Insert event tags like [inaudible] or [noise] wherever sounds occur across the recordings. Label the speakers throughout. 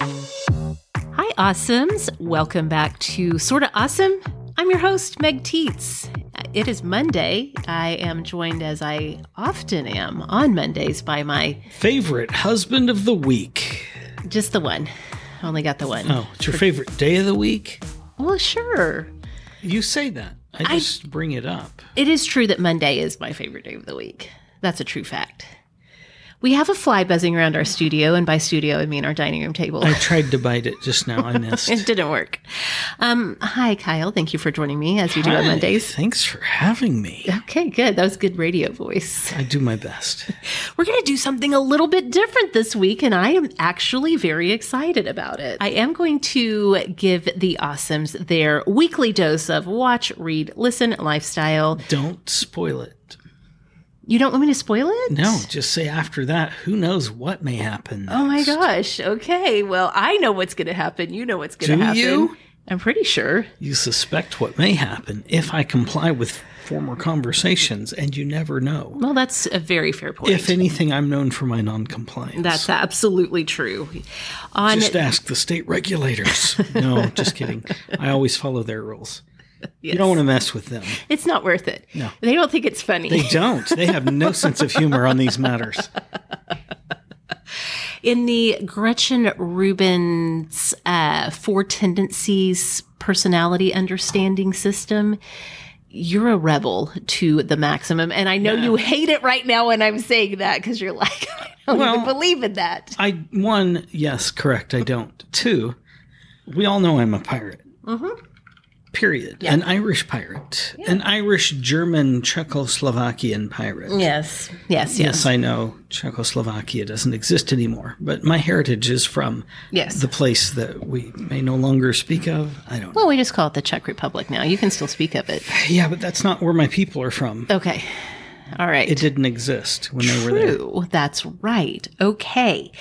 Speaker 1: Hi, awesomes. Welcome back to Sorta Awesome. I'm your host, Meg Teets. It is Monday. I am joined, as I often am on Mondays, by my
Speaker 2: Favorite husband of the week.
Speaker 1: just the one. I only got the one.
Speaker 2: Oh, it's your favorite day of the week?
Speaker 1: Well, sure.
Speaker 2: You say that. I just bring it up.
Speaker 1: It is true that Monday is my favorite day of the week. That's a true fact. We have a fly buzzing around our studio, and by studio, I mean our dining room table.
Speaker 2: I tried to bite it just now.
Speaker 1: [laughs]
Speaker 2: I
Speaker 1: It
Speaker 2: missed.
Speaker 1: didn't work. Um, hi, Kyle. Thank you for joining me as you do on
Speaker 2: Hi,
Speaker 1: Mondays.
Speaker 2: Thanks for having me.
Speaker 1: Okay, good. That was good radio voice.
Speaker 2: I do my best.
Speaker 1: We're going to do something a little bit different this week, and I am actually very excited about it. I am going to give the awesomes their weekly dose of watch, read, listen, lifestyle.
Speaker 2: Don't spoil it.
Speaker 1: You don't want me to spoil it?
Speaker 2: No, just say after that, who knows what may happen.
Speaker 1: Oh my
Speaker 2: next.
Speaker 1: gosh. Okay. Well, I know what's going to happen. You know what's going
Speaker 2: Do
Speaker 1: to happen.
Speaker 2: you?
Speaker 1: I'm pretty sure.
Speaker 2: You suspect what may happen if I comply with former conversations, and you never know.
Speaker 1: Well, that's a very fair point.
Speaker 2: If anything, I'm known for my noncompliance.
Speaker 1: that's absolutely true. On
Speaker 2: Just ask the state regulators. no, just kidding. I always follow their rules. You don't want to mess with them.
Speaker 1: It's not worth it. No. They don't think it's funny.
Speaker 2: They don't. They have no sense of humor on these matters.
Speaker 1: In the Gretchen Rubin's uh, Four Tendencies Personality Understanding System, you're a rebel to the maximum. And I know you hate it right now when I'm saying that because you're like, [laughs] I don't
Speaker 2: Well-
Speaker 1: even believe in that.
Speaker 2: I one, yes, correct. I don't. Two, we all know I'm a pirate. Mm-hmm. Period. An Irish pirate. An Irish, German, Czechoslovakian pirate.
Speaker 1: Yes. Yes. Yes.
Speaker 2: Yes, I know Czechoslovakia doesn't exist anymore, but my heritage is from
Speaker 1: Yes.
Speaker 2: the place that we may no longer speak of. I don't know.
Speaker 1: well, we just call it the Czech Republic now. You can still speak of it.
Speaker 2: Yeah, but that's not where my people are from.
Speaker 1: Okay. All right.
Speaker 2: It didn't exist when they were there.
Speaker 1: True. That's right. Okay.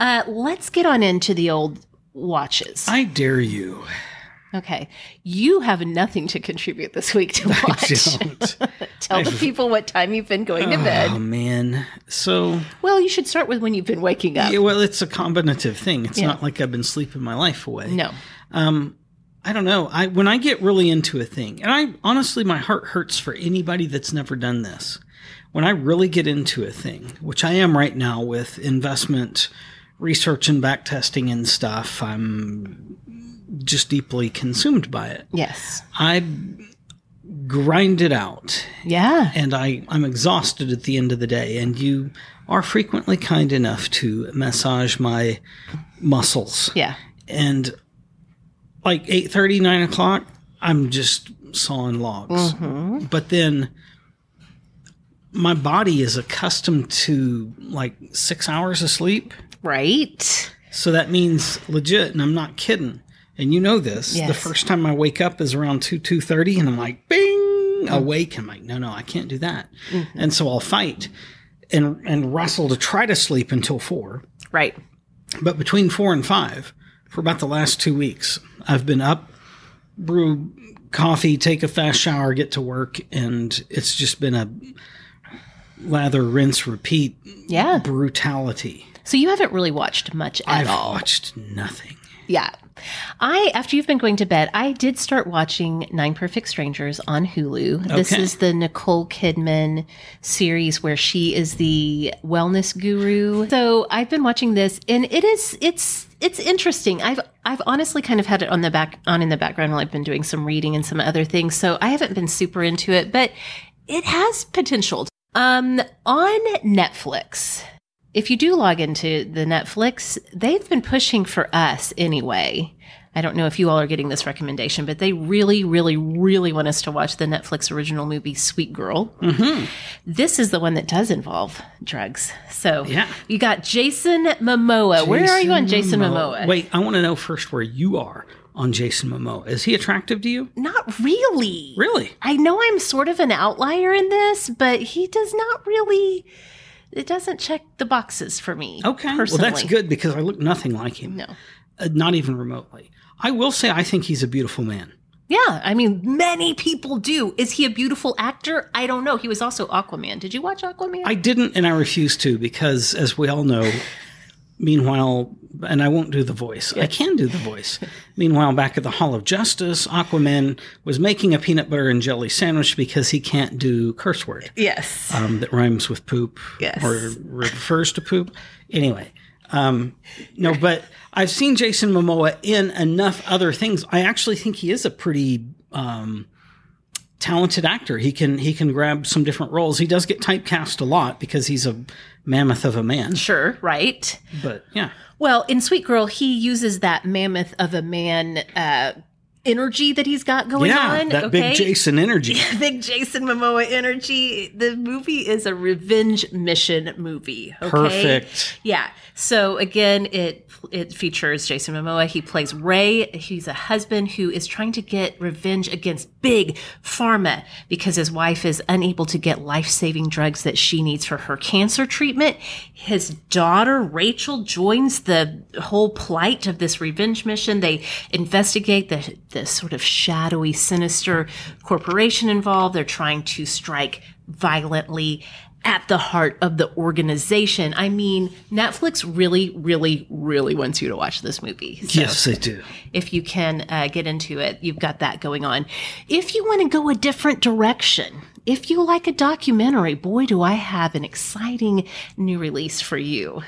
Speaker 1: Uh, let's get on into the old watches.
Speaker 2: I
Speaker 1: [laughs]
Speaker 2: dare you.
Speaker 1: Okay. You have nothing to contribute this week
Speaker 2: [laughs]
Speaker 1: to watch.
Speaker 2: Don't.
Speaker 1: [laughs] Tell the people what time you've been going to
Speaker 2: Oh
Speaker 1: bed.
Speaker 2: man. So
Speaker 1: Well, you should start with when you've been waking up.
Speaker 2: yeah, well, it's a combinative thing. It's not like I've been sleeping my life away.
Speaker 1: no.
Speaker 2: I don't know. I when I get really into a thing, and I honestly my heart hurts for anybody that's never done this. When I really get into a thing, which I am right now with investment research and back testing and stuff, I'm just deeply consumed by it.
Speaker 1: Yes.
Speaker 2: I grind it out
Speaker 1: Yeah.
Speaker 2: and I, I'm exhausted at the end of the day. And you are frequently kind enough to massage my muscles.
Speaker 1: Yeah.
Speaker 2: And like 8.30, 9 o'clock, I'm just sawing logs. But then my body is accustomed to like six hours of sleep.
Speaker 1: Right.
Speaker 2: So that means legit, and I'm not kidding. And you know this. The
Speaker 1: Yes.
Speaker 2: first time I wake up is around two two thirty, and I'm like,
Speaker 1: Mm.
Speaker 2: bing, awake. I'm like, no, no, I can't do that.
Speaker 1: Mm-hmm.
Speaker 2: And so I'll fight and and wrestle to try to sleep until four.
Speaker 1: Right.
Speaker 2: But between four and five, for about the last two weeks, I've been up, brew coffee, take a fast shower, get to work, and it's just been a lather, rinse, repeat
Speaker 1: Yeah.
Speaker 2: brutality.
Speaker 1: So you haven't really watched much at
Speaker 2: I've
Speaker 1: all.
Speaker 2: watched nothing.
Speaker 1: Yeah. I after you've been going to bed, I did start watching Nine Perfect Strangers on Hulu. This
Speaker 2: Okay.
Speaker 1: is the Nicole Kidman series where she is the wellness guru. So I've been watching this and it is it's it's interesting. I've I've honestly kind of had it on the back on in the background while I've been doing some reading and some other things. So I haven't been super into it, but it has potential. Um on Netflix if you do log into the Netflix, they've been pushing for us anyway. I don't know if you all are getting this recommendation, but they really, really, really want us to watch the Netflix original movie Sweet Girl.
Speaker 2: Mm-hmm.
Speaker 1: This is the one that does involve drugs. So
Speaker 2: Yeah.
Speaker 1: you got Jason Momoa. Where are you on Jason Momoa?
Speaker 2: Wait, I want to know first where you are on Jason Momoa. Is he attractive to you?
Speaker 1: Not really.
Speaker 2: Really?
Speaker 1: I know I'm sort of an outlier in this, but he does not really. It doesn't check the boxes for me.
Speaker 2: Okay.
Speaker 1: personally.
Speaker 2: Well, that's good because I look nothing like him.
Speaker 1: No.
Speaker 2: Uh, not even remotely. I will say I think he's a beautiful man.
Speaker 1: Yeah, I mean, many people do. Is he a beautiful actor? I don't know. He was also Aquaman. Did you watch Aquaman?
Speaker 2: I didn't, and I refuse to because, as we
Speaker 1: [laughs]
Speaker 2: all know, meanwhile, and I won't do the voice. I can do the voice. meanwhile, back at the Hall of Justice, Aquaman was making a peanut butter and jelly sandwich because he can't do curse word
Speaker 1: yes.
Speaker 2: um, that rhymes with poop
Speaker 1: Yes.
Speaker 2: or refers to poop. Anyway, um, no, but I've seen Jason Momoa in enough other things. I actually think he is a pretty um, talented actor. He can he can grab some different roles. He does get typecast a lot because he's a mammoth of a man.
Speaker 1: Sure, right.
Speaker 2: But yeah,
Speaker 1: Well, in Sweet Girl, he uses that mammoth of a man uh, energy that he's got going
Speaker 2: yeah,
Speaker 1: on.
Speaker 2: that
Speaker 1: okay?
Speaker 2: big Jason energy.
Speaker 1: [laughs] Big Jason Momoa energy. The movie is a revenge mission movie. Okay?
Speaker 2: Perfect.
Speaker 1: Yeah. So again, it it features Jason Momoa. He plays Ray. He's a husband who is trying to get revenge against Big Pharma because his wife is unable to get life saving drugs that she needs for her cancer treatment. His daughter Rachel joins the whole plight of this revenge mission. They investigate the the sort of shadowy, sinister corporation involved. They're trying to strike violently at the heart of the organization. I mean, Netflix really, really, really wants you to watch this movie. So
Speaker 2: Yes, they do.
Speaker 1: If you can uh, get into it, you've got that going on. If you want to go a different direction, if you like a documentary, boy, do I have an exciting new release for you.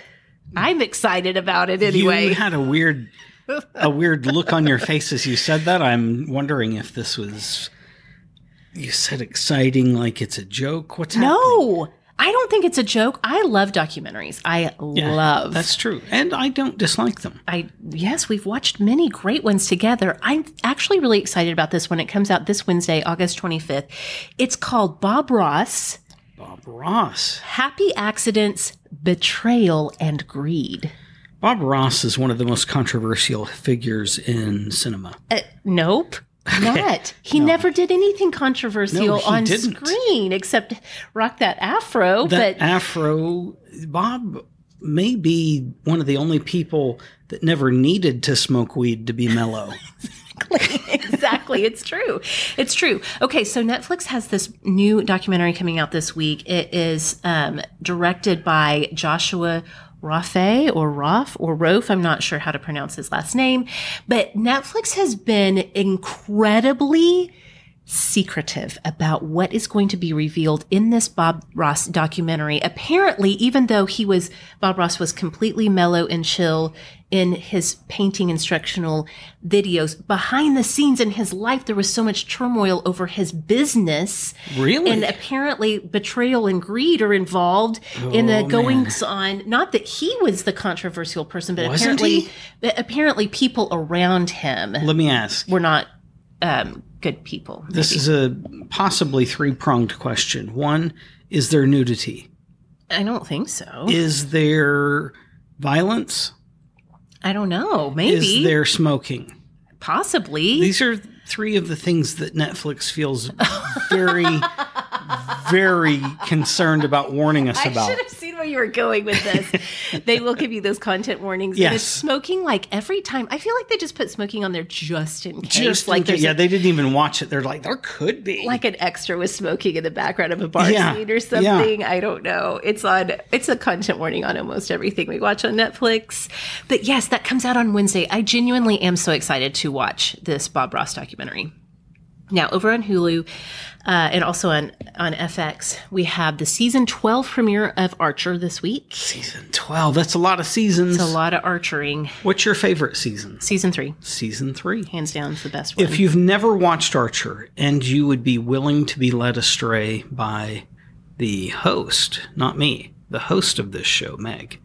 Speaker 1: I'm excited about it anyway.
Speaker 2: You had a weird a weird look on your face as you said that. I'm wondering if this was you said exciting like it's a joke. What's happening?
Speaker 1: no, I don't think it's a joke. I love documentaries. I
Speaker 2: Yeah,
Speaker 1: love.
Speaker 2: That's true. And I don't dislike them.
Speaker 1: I yes, we've watched many great ones together. I'm actually really excited about this one. It comes out this Wednesday, August 25th. It's called Bob Ross:
Speaker 2: Bob Ross.
Speaker 1: Happy Accidents, Betrayal, and Greed.
Speaker 2: Bob Ross is one of the most controversial figures in cinema.
Speaker 1: Uh,
Speaker 2: [laughs]
Speaker 1: nope. Not. He never did anything controversial
Speaker 2: No, he
Speaker 1: on
Speaker 2: didn't.
Speaker 1: screen except rock that afro.
Speaker 2: That
Speaker 1: but
Speaker 2: afro Bob may be one of the only people that never needed to smoke weed to be
Speaker 1: [laughs]
Speaker 2: mellow.
Speaker 1: exactly. It's true. It's true. Okay, so Netflix has this new documentary coming out this week. It is um, directed by Joshua Rafe or Roth or Rofe. I'm not sure how to pronounce his last name, but Netflix has been incredibly secretive about what is going to be revealed in this Bob Ross documentary. Apparently, even though he was Bob Ross was completely mellow and chill in his painting instructional videos, behind the scenes in his life there was so much turmoil over his business.
Speaker 2: really?
Speaker 1: And apparently, betrayal and greed are involved in the
Speaker 2: Oh,
Speaker 1: goings on. Not that he was the controversial person, but
Speaker 2: Wasn't
Speaker 1: apparently,
Speaker 2: he?
Speaker 1: but apparently, people around him
Speaker 2: Let me ask.
Speaker 1: were not um, good people.
Speaker 2: This is a possibly three pronged question. One, is there nudity?
Speaker 1: I don't think so.
Speaker 2: Is there violence?
Speaker 1: I don't know. Maybe.
Speaker 2: Is there smoking?
Speaker 1: possibly.
Speaker 2: These are three of the things that Netflix feels
Speaker 1: [laughs]
Speaker 2: very, very concerned about warning us
Speaker 1: I
Speaker 2: about.
Speaker 1: should have seen where you were going with this. [laughs] they will give you those content warnings. And
Speaker 2: Yes.
Speaker 1: it's smoking like every time. I feel like they just put smoking on there just in case.
Speaker 2: Just
Speaker 1: like
Speaker 2: like,
Speaker 1: there's
Speaker 2: yeah,
Speaker 1: a-
Speaker 2: they didn't even watch it. They're like, there could be.
Speaker 1: like an extra with smoking in the background of a bar
Speaker 2: Yeah.
Speaker 1: scene or something. I don't know. It's on it's a content warning on almost everything we watch on Netflix. But yes, that comes out on Wednesday. I genuinely am so excited to watch this Bob Ross documentary. Now, over on Hulu uh, and also on, on FX, we have the season 12 premiere of Archer this week.
Speaker 2: season 12. That's a lot of seasons.
Speaker 1: A lot of archering.
Speaker 2: What's your favorite season?
Speaker 1: Season three,
Speaker 2: Season three.
Speaker 1: hands down, is the best one.
Speaker 2: If you've never watched Archer and you would be willing to be led astray by the host, not me, the host of this show, Meg,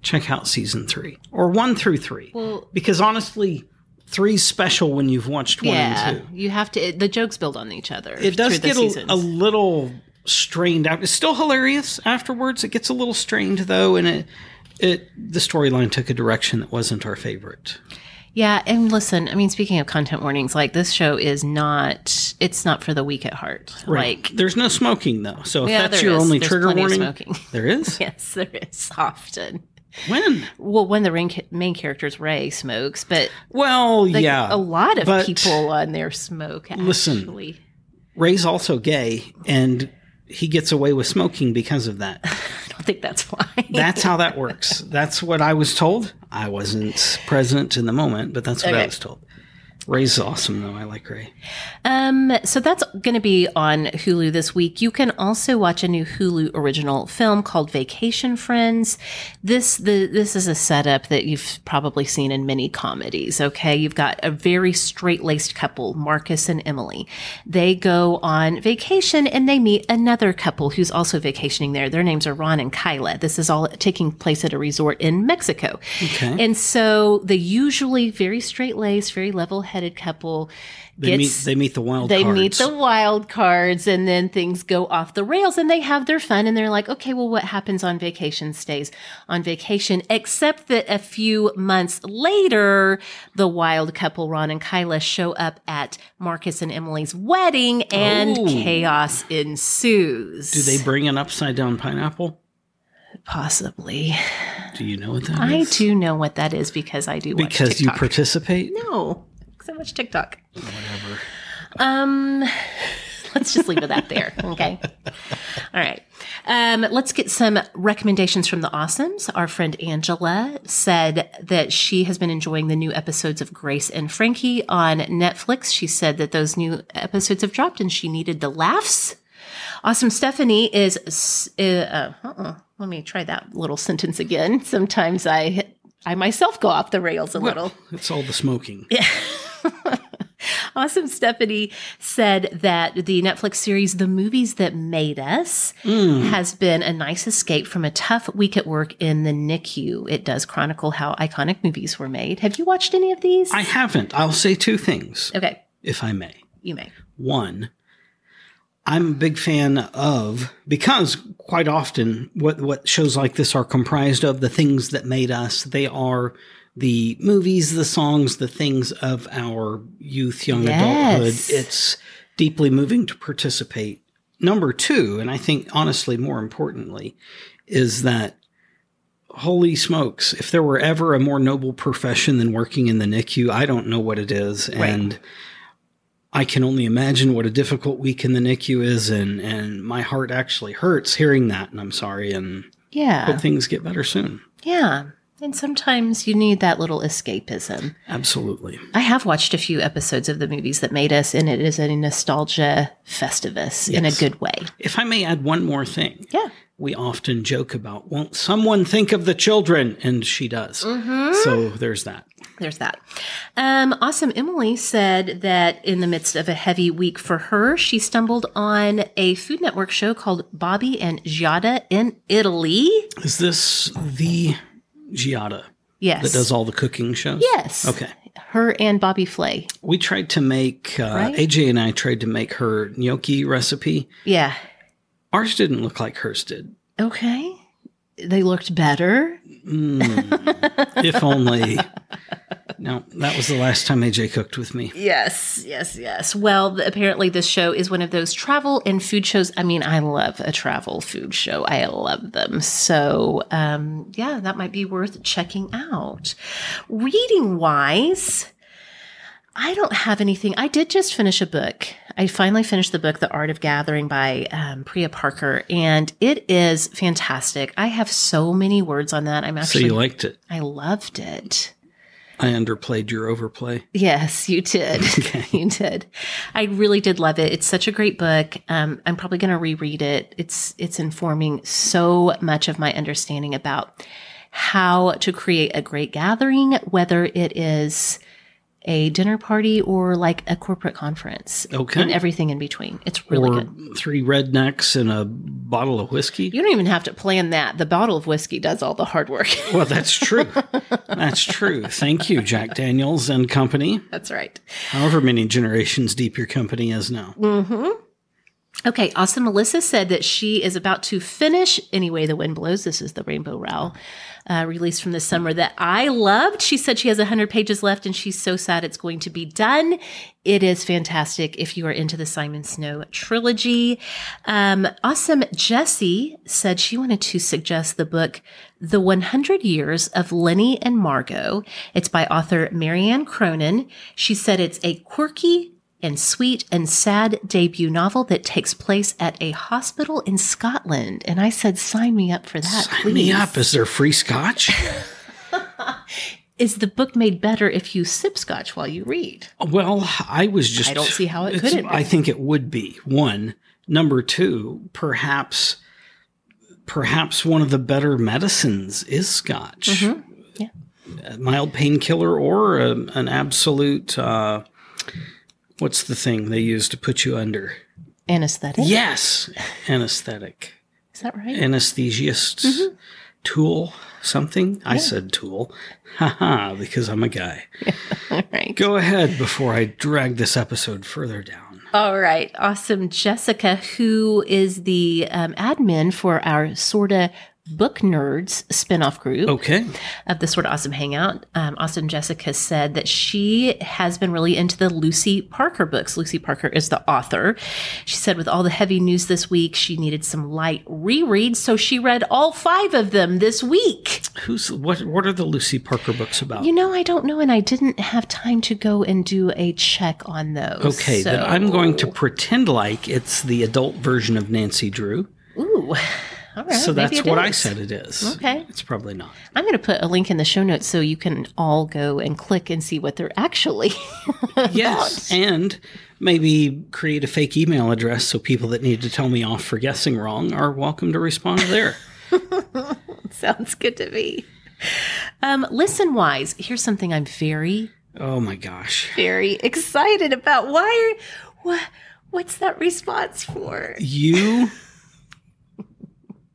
Speaker 2: check out season three or one through three.
Speaker 1: Well-
Speaker 2: because honestly, three's special when you've watched one and
Speaker 1: yeah,
Speaker 2: two.
Speaker 1: you have to. It, the jokes build on each other.
Speaker 2: It does
Speaker 1: through the
Speaker 2: get
Speaker 1: seasons.
Speaker 2: a, a little strained out. It's still hilarious afterwards. It gets a little strained though, and it it the storyline took a direction that wasn't our favorite.
Speaker 1: yeah. And listen, I mean, speaking of content warnings, like this show is not. It's not for the weak at heart. Like
Speaker 2: There's no smoking though, so if
Speaker 1: Yeah,
Speaker 2: that's
Speaker 1: there
Speaker 2: your
Speaker 1: is.
Speaker 2: only
Speaker 1: There's
Speaker 2: trigger
Speaker 1: plenty of
Speaker 2: warning,
Speaker 1: smoking. [laughs]
Speaker 2: there is
Speaker 1: yes, there is often.
Speaker 2: when.
Speaker 1: Well, when the rain, main character's Ray smokes, but
Speaker 2: Well,
Speaker 1: like,
Speaker 2: yeah,
Speaker 1: a lot of
Speaker 2: but-
Speaker 1: people on their smoke. Actually.
Speaker 2: Listen. Ray's also gay, and he gets away with smoking because of that.
Speaker 1: [laughs] I don't think that's why.
Speaker 2: That's how that works. That's what I was told. I wasn't present in the moment, but that's what I
Speaker 1: Okay.
Speaker 2: was told. Ray's awesome though. I like Ray.
Speaker 1: Um, so that's going to be on Hulu this week. You can also watch a new Hulu original film called Vacation Friends. This the this is a setup that you've probably seen in many comedies. Okay, you've got a very straight laced couple, Marcus and Emily. They go on vacation and they meet another couple who's also vacationing there. Their names are Ron and Kyla. This is all taking place at a resort in Mexico.
Speaker 2: Okay.
Speaker 1: And so the usually very straight laced, very level headed couple
Speaker 2: They meet,
Speaker 1: gets
Speaker 2: they meet the wild
Speaker 1: they
Speaker 2: cards.
Speaker 1: meet the wild cards and then things go off the rails and they have their fun and they're like okay well what happens on vacation stays on vacation except that a few months later the wild couple ron and kyla show up at marcus and emily's wedding and
Speaker 2: Oh.
Speaker 1: chaos ensues
Speaker 2: Do they bring an upside down pineapple?
Speaker 1: possibly
Speaker 2: Do you know what that
Speaker 1: i
Speaker 2: is?
Speaker 1: do know what that is because i do watch
Speaker 2: Because you
Speaker 1: TikTok.
Speaker 2: participate?
Speaker 1: No, so much TikTok. Whatever. Um, [laughs] let's just leave it at there. Okay. All right. Um, let's get some recommendations from the awesomes. Our friend Angela said that she has been enjoying the new episodes of Grace and Frankie on Netflix. She said that those new episodes have dropped and she needed the laughs. Awesome Stephanie is. s- Uh, uh, uh, let me try that little sentence again. [laughs] Sometimes I. I myself go off the rails a little.
Speaker 2: It's all the smoking.
Speaker 1: Awesome Stephanie said that the Netflix series The Movies That Made Us
Speaker 2: Hmm.
Speaker 1: has been a nice escape from a tough week at work in the NICU. It does chronicle how iconic movies were made. Have you watched any of these?
Speaker 2: I haven't. I'll say two things,
Speaker 1: okay,
Speaker 2: if I may.
Speaker 1: you may. One.
Speaker 2: I'm a big fan of because quite often what what shows like this are comprised of the things that made us. They are the movies, the songs, the things of our youth, young
Speaker 1: Yes.
Speaker 2: adulthood. It's deeply moving to participate. Number two, and I think honestly more importantly, is that holy smokes, if there were ever a more noble profession than working in the NICU, I don't know what it is. And I can only imagine what a difficult week in the NICU is, and and my heart actually hurts hearing that, and I'm sorry, and
Speaker 1: Yeah.
Speaker 2: hope things get better soon.
Speaker 1: Yeah. And sometimes you need that little escapism.
Speaker 2: Absolutely.
Speaker 1: I have watched a few episodes of the movies that made us, and it is a nostalgia festivus in a
Speaker 2: Yes.
Speaker 1: good way.
Speaker 2: If I may add one more thing,
Speaker 1: Yeah.
Speaker 2: we often joke about won't someone think of the children, and she does.
Speaker 1: Mm-hmm.
Speaker 2: So there's that.
Speaker 1: there's that. Um, awesome. Emily said that in the midst of a heavy week for her, she stumbled on a Food Network show called Bobby and Giada in Italy.
Speaker 2: Is this the Giada
Speaker 1: Yes.
Speaker 2: that does all the cooking shows?
Speaker 1: Yes.
Speaker 2: Okay.
Speaker 1: Her and Bobby Flay.
Speaker 2: We tried to make uh,
Speaker 1: Right?
Speaker 2: AJ and I tried to make her gnocchi recipe.
Speaker 1: Yeah.
Speaker 2: Ours didn't look like hers did.
Speaker 1: Okay. They looked better.
Speaker 2: Mm, Hmm. if only. No, that was the last time AJ cooked with me.
Speaker 1: Yes, yes, yes. Well, th- apparently, this show is one of those travel and food shows. I mean, I love a travel food show, I love them. So, um, yeah, that might be worth checking out. Reading wise, I don't have anything. I did just finish a book. I finally finished the book, The Art of Gathering by um, Priya Parker, and it is fantastic. I have so many words on that. I'm
Speaker 2: So
Speaker 1: actually,
Speaker 2: you liked it.
Speaker 1: I loved it.
Speaker 2: I underplayed your overplay.
Speaker 1: Yes, you
Speaker 2: [laughs]
Speaker 1: did. [laughs] you did. I really did love it. It's such a great book. Um, I'm probably going to reread it. It's it's informing so much of my understanding about how to create a great gathering, whether it is a dinner party or like a corporate conference
Speaker 2: Okay.
Speaker 1: and everything in between. It's really
Speaker 2: or
Speaker 1: good.
Speaker 2: three rednecks and a bottle of whiskey.
Speaker 1: You don't even have to plan that. The bottle of whiskey does all the hard work. [laughs]
Speaker 2: Well, that's true. that's true. Thank you, Jack Daniels and company.
Speaker 1: That's right.
Speaker 2: However many generations deep your company is now.
Speaker 1: Mm-hmm. Okay, awesome. Melissa said that she is about to finish Anyway the Wind Blows. This is the Rainbow Rowell uh, release from this summer that I loved. She said she has 100 pages left and she's so sad it's going to be done. It is fantastic if you are into the Simon Snow trilogy. Um, awesome. Jessie said she wanted to suggest the book The 100 Years of Lenny and Margot. It's by author Marianne Cronin. She said it's a quirky, and sweet and sad debut novel that takes place at a hospital in Scotland. And I said, sign me up for that.
Speaker 2: Sign
Speaker 1: please.
Speaker 2: me up. Is there free scotch?
Speaker 1: Is the book made better if you sip scotch while you read?
Speaker 2: Well, I was just.
Speaker 1: I don't see how it
Speaker 2: it's-
Speaker 1: couldn't be.
Speaker 2: I think it would be one. Number two, perhaps, perhaps one of the better medicines is scotch.
Speaker 1: Mm-hmm. Yeah.
Speaker 2: A mild painkiller or a, an absolute. Uh, what's the thing they use to put you under?
Speaker 1: Anesthetic.
Speaker 2: Yes, anesthetic,
Speaker 1: Is that right?
Speaker 2: anesthesiist,
Speaker 1: Mm-hmm.
Speaker 2: tool, something. I said tool, haha, because I'm
Speaker 1: [laughs]
Speaker 2: a guy.
Speaker 1: All right.
Speaker 2: Go ahead before I drag this episode further down.
Speaker 1: All right. Awesome. Jessica, who is the um, admin for our Sorta Book Nerds spinoff group.
Speaker 2: Okay.
Speaker 1: of the Sort of Awesome Hangout, um, Austin Jessica said that she has been really into the Lucy Parker books. Lucy Parker is the author. She said, with all the heavy news this week, she needed some light rereads, so she read all five of them this week.
Speaker 2: Who's what what are the Lucy Parker books about?
Speaker 1: You know, I don't know, and I didn't have time to go and do a check on those.
Speaker 2: okay, then
Speaker 1: so-
Speaker 2: I'm going to pretend like it's the adult version of Nancy Drew.
Speaker 1: Ooh. All right,
Speaker 2: So
Speaker 1: Uh, maybe
Speaker 2: that's
Speaker 1: it
Speaker 2: what I
Speaker 1: is.
Speaker 2: said it is.
Speaker 1: Okay.
Speaker 2: It's
Speaker 1: [laughs]
Speaker 2: probably not.
Speaker 1: I'm going to put a link in the show notes so you can all go and click and see what they're actually.
Speaker 2: Yes. And maybe create a fake email address so people that need to tell me off for guessing wrong are welcome to respond
Speaker 1: [laughs]
Speaker 2: there.
Speaker 1: Sounds good to me. Um, listen wise, here's something I'm very,
Speaker 2: Oh my gosh.
Speaker 1: very excited about. Why are what what's that response for?
Speaker 2: you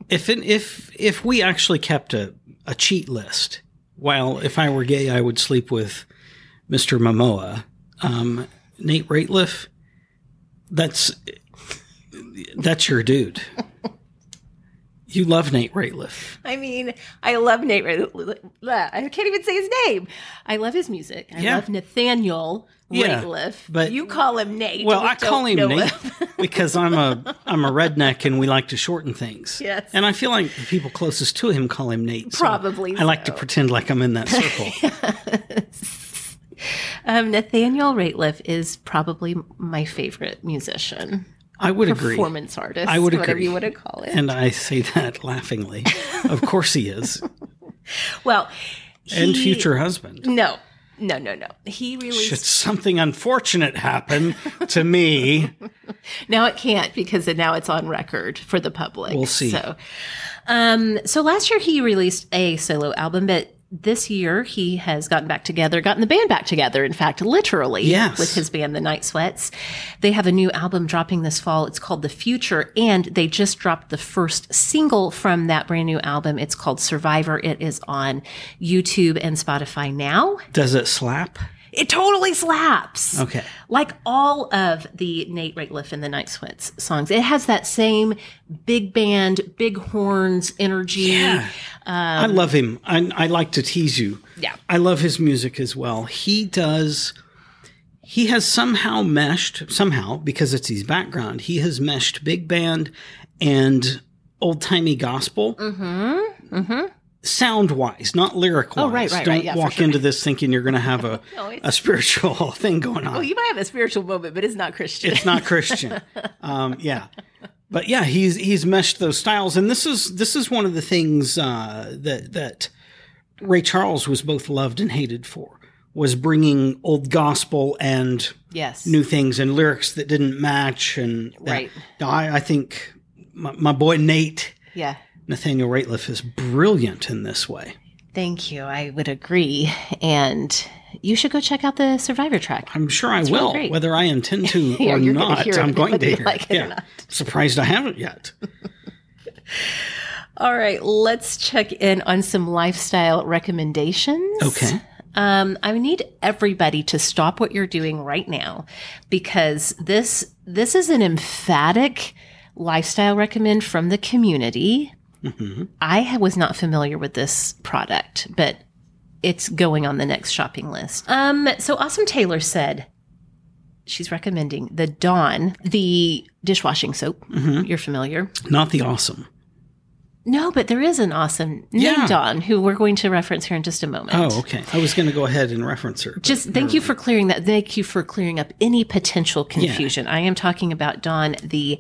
Speaker 2: if it, if if we actually kept a, a cheat list well if i were gay i would sleep with mr momoa um, nate rateliff that's that's your dude you love nate rateliff
Speaker 1: I mean, I love Nate. Ra- I can't even say his name. I love his music. I
Speaker 2: Yeah.
Speaker 1: love Nathaniel
Speaker 2: Yeah,
Speaker 1: Rateliff.
Speaker 2: but-
Speaker 1: you call him Nate.
Speaker 2: well
Speaker 1: We
Speaker 2: i call
Speaker 1: don't
Speaker 2: him
Speaker 1: know
Speaker 2: nate because i'm a i'm a redneck and we like to shorten things
Speaker 1: Yes.
Speaker 2: and i feel like the people closest to him call him nate so
Speaker 1: Probably
Speaker 2: i like to
Speaker 1: so.
Speaker 2: pretend like i'm
Speaker 1: [laughs]
Speaker 2: in that circle
Speaker 1: [laughs] Um, Nathaniel Rateliff is probably my favorite musician,
Speaker 2: I would agree.
Speaker 1: performance artist.
Speaker 2: I would
Speaker 1: whatever
Speaker 2: agree.
Speaker 1: you want to call it.
Speaker 2: And I say that [laughs] laughingly. Of course he is.
Speaker 1: well,
Speaker 2: And
Speaker 1: he-
Speaker 2: future husband.
Speaker 1: No, no, no, no. He released.
Speaker 2: Should something unfortunate happen to me,
Speaker 1: Now it can't because now it's on record for the public.
Speaker 2: We'll see.
Speaker 1: So, um, so last year he released a solo album, but this year he has gotten back together, gotten the band back together. In fact, literally,
Speaker 2: Yes.
Speaker 1: with his band, the Night Sweats. They have a new album dropping this fall. It's called The Future, and they just dropped the first single from that brand new album. It's called Survivor. It is on YouTube and Spotify now.
Speaker 2: does it slap?
Speaker 1: It totally slaps
Speaker 2: Okay.
Speaker 1: like all of the Nate Rateliff and the Night Sweats songs, it has that same big band, big horns energy.
Speaker 2: Yeah. I love him. I, I like to tease you.
Speaker 1: Yeah.
Speaker 2: I love his music as well. He does, he has somehow meshed, somehow, because it's his background, he has meshed big band and old timey gospel. sound wise, not lyric wise.
Speaker 1: Mm-hmm, Oh, right, right, right.
Speaker 2: Don't
Speaker 1: Yeah, for
Speaker 2: walk
Speaker 1: sure.
Speaker 2: into this thinking you're going to
Speaker 1: [laughs]
Speaker 2: have a,
Speaker 1: No, it's-
Speaker 2: a spiritual [laughs] thing going on.
Speaker 1: Well, Oh, you might have a spiritual moment, but it's not Christian.
Speaker 2: it's not Christian. um, yeah. But yeah, he's he's meshed those styles, and this is this is one of the things uh, that that Ray Charles was both loved and hated for was bringing old gospel and
Speaker 1: [laughs] yes.
Speaker 2: new things and lyrics that didn't match. And that-
Speaker 1: Right.
Speaker 2: Now, I, I think my, my boy Nate
Speaker 1: yeah.
Speaker 2: Nathaniel Rateliff is brilliant in this way.
Speaker 1: Thank you. I would agree. And you should go check out the Survivor track.
Speaker 2: I'm sure I
Speaker 1: It's really
Speaker 2: will,
Speaker 1: great.
Speaker 2: whether I intend
Speaker 1: [laughs]
Speaker 2: to
Speaker 1: Yeah,
Speaker 2: or
Speaker 1: you're gonna
Speaker 2: not.
Speaker 1: hear it,
Speaker 2: I'm going to
Speaker 1: whether you [laughs]
Speaker 2: hear.
Speaker 1: like it or
Speaker 2: yeah.
Speaker 1: not.
Speaker 2: Surprised I
Speaker 1: [laughs]
Speaker 2: haven't yet.
Speaker 1: All right, let's check in on some lifestyle recommendations.
Speaker 2: Okay.
Speaker 1: Um, I need everybody to stop what you're doing right now because this this is an emphatic lifestyle recommend from the community.
Speaker 2: Mm-hmm.
Speaker 1: I ha- was not familiar with this product, but it's going on the next shopping list. Um, so Awesome Taylor said she's recommending the Dawn, the dishwashing soap.
Speaker 2: Mm-hmm.
Speaker 1: You're familiar.
Speaker 2: Not the awesome.
Speaker 1: No, but there is an awesome named
Speaker 2: Yeah.
Speaker 1: Dawn who we're going to reference here in just a moment.
Speaker 2: Oh, okay. I was going to go ahead and reference her. but
Speaker 1: Just thank you for clearing that. Thank you for clearing up any potential confusion. I am talking about Dawn, the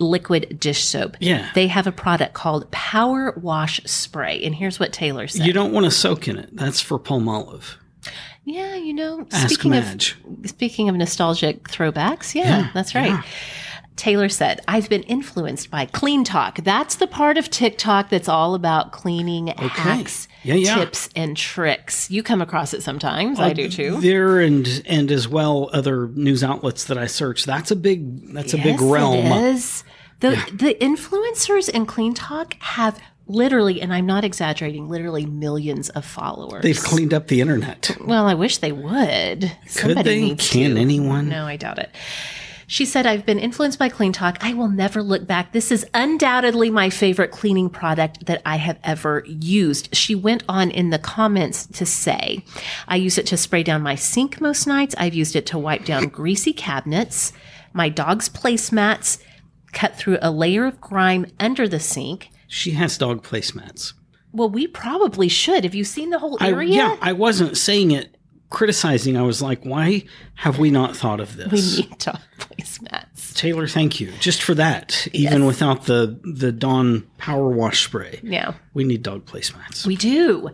Speaker 1: liquid dish soap.
Speaker 2: Yeah.
Speaker 1: They have a product called Power Wash Spray. And here's what Taylor said.
Speaker 2: you don't want to soak in it. That's for Palmolive.
Speaker 1: yeah, you know,
Speaker 2: Ask
Speaker 1: speaking of
Speaker 2: Madge.
Speaker 1: Speaking of nostalgic throwbacks, yeah, that's right. Taylor said, I've been influenced by Clean Talk. That's the part of TikTok that's all about cleaning hacks,
Speaker 2: Yeah, yeah. Oh,
Speaker 1: tips, and tricks. You come across it sometimes. I do too.
Speaker 2: There and and as well other news outlets that I search. That's a big that's a big
Speaker 1: Yes, it
Speaker 2: realm.
Speaker 1: is. The, the influencers in Clean Talk have literally, and I'm not exaggerating, literally millions of followers.
Speaker 2: They've cleaned up the internet.
Speaker 1: Well, I wish they would.
Speaker 2: Could
Speaker 1: Somebody
Speaker 2: they?
Speaker 1: needs
Speaker 2: Can
Speaker 1: to.
Speaker 2: anyone?
Speaker 1: No, I doubt it. She said, I've been influenced by Clean Talk. I will never look back. This is undoubtedly my favorite cleaning product that I have ever used. She went on in the comments to say, I use it to spray down my sink most nights. I've used it to wipe
Speaker 2: [laughs]
Speaker 1: down greasy cabinets, my dog's placemats, cut through a layer of grime under the sink.
Speaker 2: She has dog placemats.
Speaker 1: Well, we probably should. Have you seen the whole
Speaker 2: I,
Speaker 1: area?
Speaker 2: yeah, I wasn't saying it criticizing. I was like, why have we not thought of
Speaker 1: We
Speaker 2: this?
Speaker 1: need [laughs] dog placemats.
Speaker 2: Taylor, thank you. Just for that, even without the the Dawn power wash spray.
Speaker 1: Yeah.
Speaker 2: We need dog placemats.
Speaker 1: We do.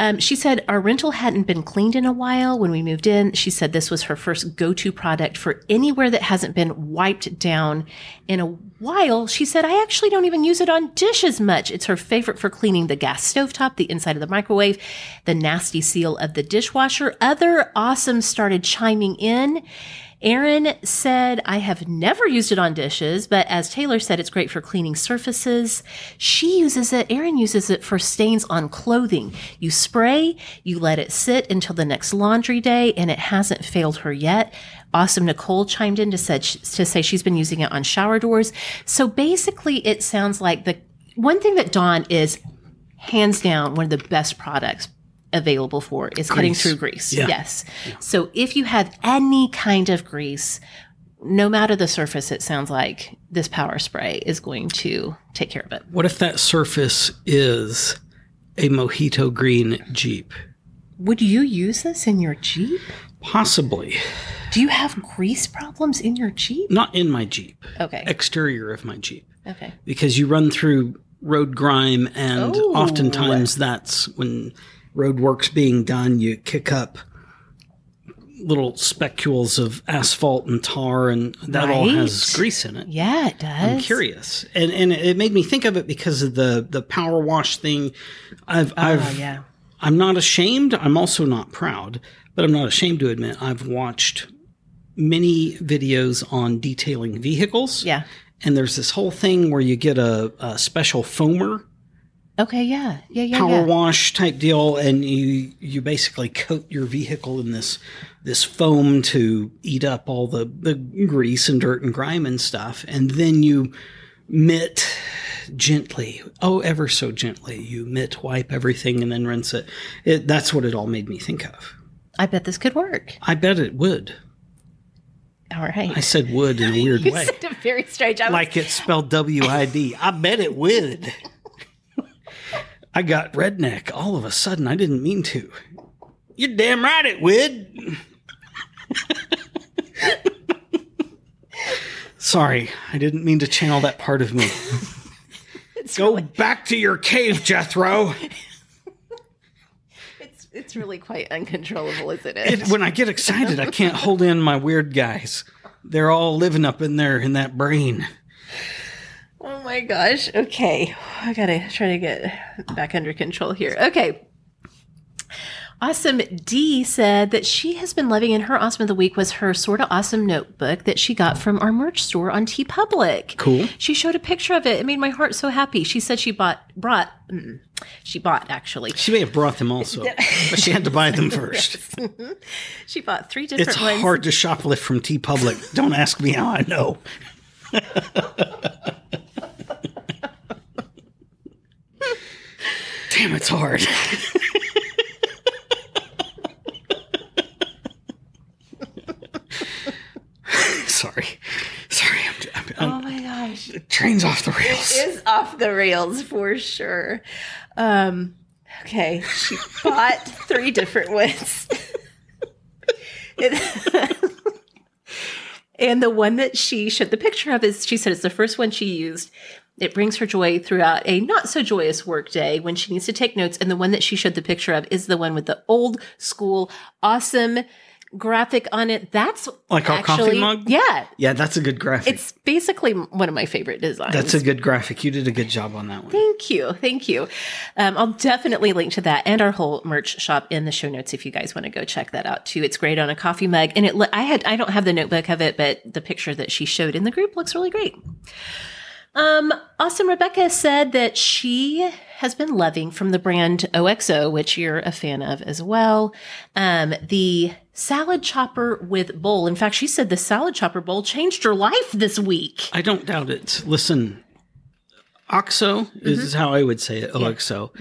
Speaker 1: Um, she said our rental hadn't been cleaned in a while when we moved in. She said this was her first go to product for anywhere that hasn't been wiped down in a while. She said, I actually don't even use it on dishes much. It's her favorite for cleaning the gas stovetop, the inside of the microwave, the nasty seal of the dishwasher. Other awesome started chiming in. Erin said, I have never used it on dishes, but as Taylor said, it's great for cleaning surfaces. She uses it, Erin uses it for stains on clothing. You spray, you let it sit until the next laundry day, and it hasn't failed her yet. Awesome Nicole chimed in to, said, to say she's been using it on shower doors. So basically, it sounds like the one thing that Dawn is hands down one of the best products available for is cutting
Speaker 2: Grease.
Speaker 1: through grease.
Speaker 2: Yeah.
Speaker 1: Yes. So if you have any kind of grease, no matter the surface, it sounds like this power spray is going to take care of it.
Speaker 2: What if that surface is a mojito green Jeep?
Speaker 1: Would you use this in your Jeep?
Speaker 2: Possibly.
Speaker 1: Do you have grease problems in your Jeep?
Speaker 2: Not in my Jeep,
Speaker 1: Okay.
Speaker 2: exterior of my Jeep,
Speaker 1: Okay.
Speaker 2: because you run through road grime, and
Speaker 1: Oh.
Speaker 2: oftentimes that's when road work's being done, you kick up little specules of asphalt and tar, and that all has
Speaker 1: Right.
Speaker 2: grease in it.
Speaker 1: Yeah, it does.
Speaker 2: I'm curious, and and it made me think of it because of the the power wash thing. I've
Speaker 1: Oh,
Speaker 2: I've
Speaker 1: yeah.
Speaker 2: I'm not ashamed. I'm also not proud, but I'm not ashamed to admit I've watched many videos on detailing vehicles.
Speaker 1: Yeah.
Speaker 2: And there's this whole thing where you get a, a special foamer
Speaker 1: Okay. Yeah. Yeah. Yeah.
Speaker 2: power
Speaker 1: yeah.
Speaker 2: wash type deal, and you you basically coat your vehicle in this this foam to eat up all the, the grease and dirt and grime and stuff, and then you mitt gently, oh ever so gently, you mitt wipe everything and then rinse it. it that's what it all made me think of.
Speaker 1: I bet this could work.
Speaker 2: I bet it would.
Speaker 1: All right.
Speaker 2: I said would in a weird
Speaker 1: [laughs] you
Speaker 2: way.
Speaker 1: said it very strange. I was
Speaker 2: [laughs] like it's spelled W I D. I bet it would. I got redneck all of a sudden. I didn't mean to. You're damn right it would. [laughs] Sorry, I didn't mean to channel that part of me. Go back to your cave, Jethro.
Speaker 1: It's it's really quite uncontrollable, isn't
Speaker 2: It, when I get excited, I can't hold in my weird guys. They're all living up in there in that brain.
Speaker 1: oh my my gosh. Okay. I got to try to get back under control here. Okay. Awesome D said that she has been loving and her awesome of the week was her sort of awesome notebook that she got from our merch store on T Public.
Speaker 2: Cool.
Speaker 1: She showed a picture of it. It made my heart so happy. She said she bought brought mm, she bought actually.
Speaker 2: She may have brought them also, but she had to buy them first.
Speaker 1: She bought three different
Speaker 2: It's
Speaker 1: ones.
Speaker 2: hard to shoplift from T Public. Don't ask me how I know. Damn, it's hard. Sorry. Sorry, I'm, I'm,
Speaker 1: Oh
Speaker 2: I'm,
Speaker 1: my gosh.
Speaker 2: train's off the rails.
Speaker 1: is off the rails for sure. Um, okay, she
Speaker 2: [laughs]
Speaker 1: bought three different ones. [laughs] It- and the one that she showed the picture of is she said it's the first one she used. It brings her joy throughout a not so joyous workday when she needs to take notes. And the one that she showed the picture of is the one with the old school, awesome graphic on it. That's
Speaker 2: Like our coffee
Speaker 1: actually-
Speaker 2: mug?
Speaker 1: Yeah.
Speaker 2: Yeah, that's a good graphic.
Speaker 1: It's basically one of my favorite designs.
Speaker 2: that's a good graphic. You did a good job on that one.
Speaker 1: Thank you. Thank you. Um, I'll definitely link to that and our whole merch shop in the show notes if you guys want to go check that out too. It's great on a coffee mug. And it, lo- I had, I don't have the notebook of it, but the picture that she showed in the group looks really great. Um, awesome. Rebecca said that she has been loving from the brand OXO, which you're a fan of as well. Um, the salad chopper with bowl. In fact, she said the salad chopper bowl changed her life this week.
Speaker 2: I don't doubt it. Listen, OXO is how I would say it. OXO.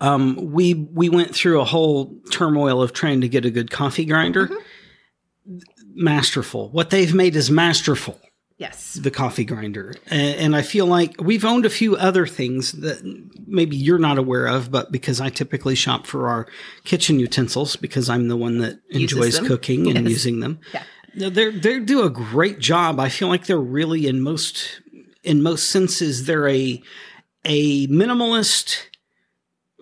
Speaker 2: Um, we we went through a whole turmoil of trying to get a good coffee grinder. Masterful. What they've made is masterful.
Speaker 1: Yes.
Speaker 2: The coffee grinder, and, and I feel like we've owned a few other things that maybe you're not aware of, but because I typically shop for our kitchen utensils because I'm the one that
Speaker 1: Uses
Speaker 2: enjoys
Speaker 1: them.
Speaker 2: cooking and
Speaker 1: Yes.
Speaker 2: using them.
Speaker 1: Yeah.
Speaker 2: No, they they do a great job. I feel like they're really in most in most senses they're a a minimalist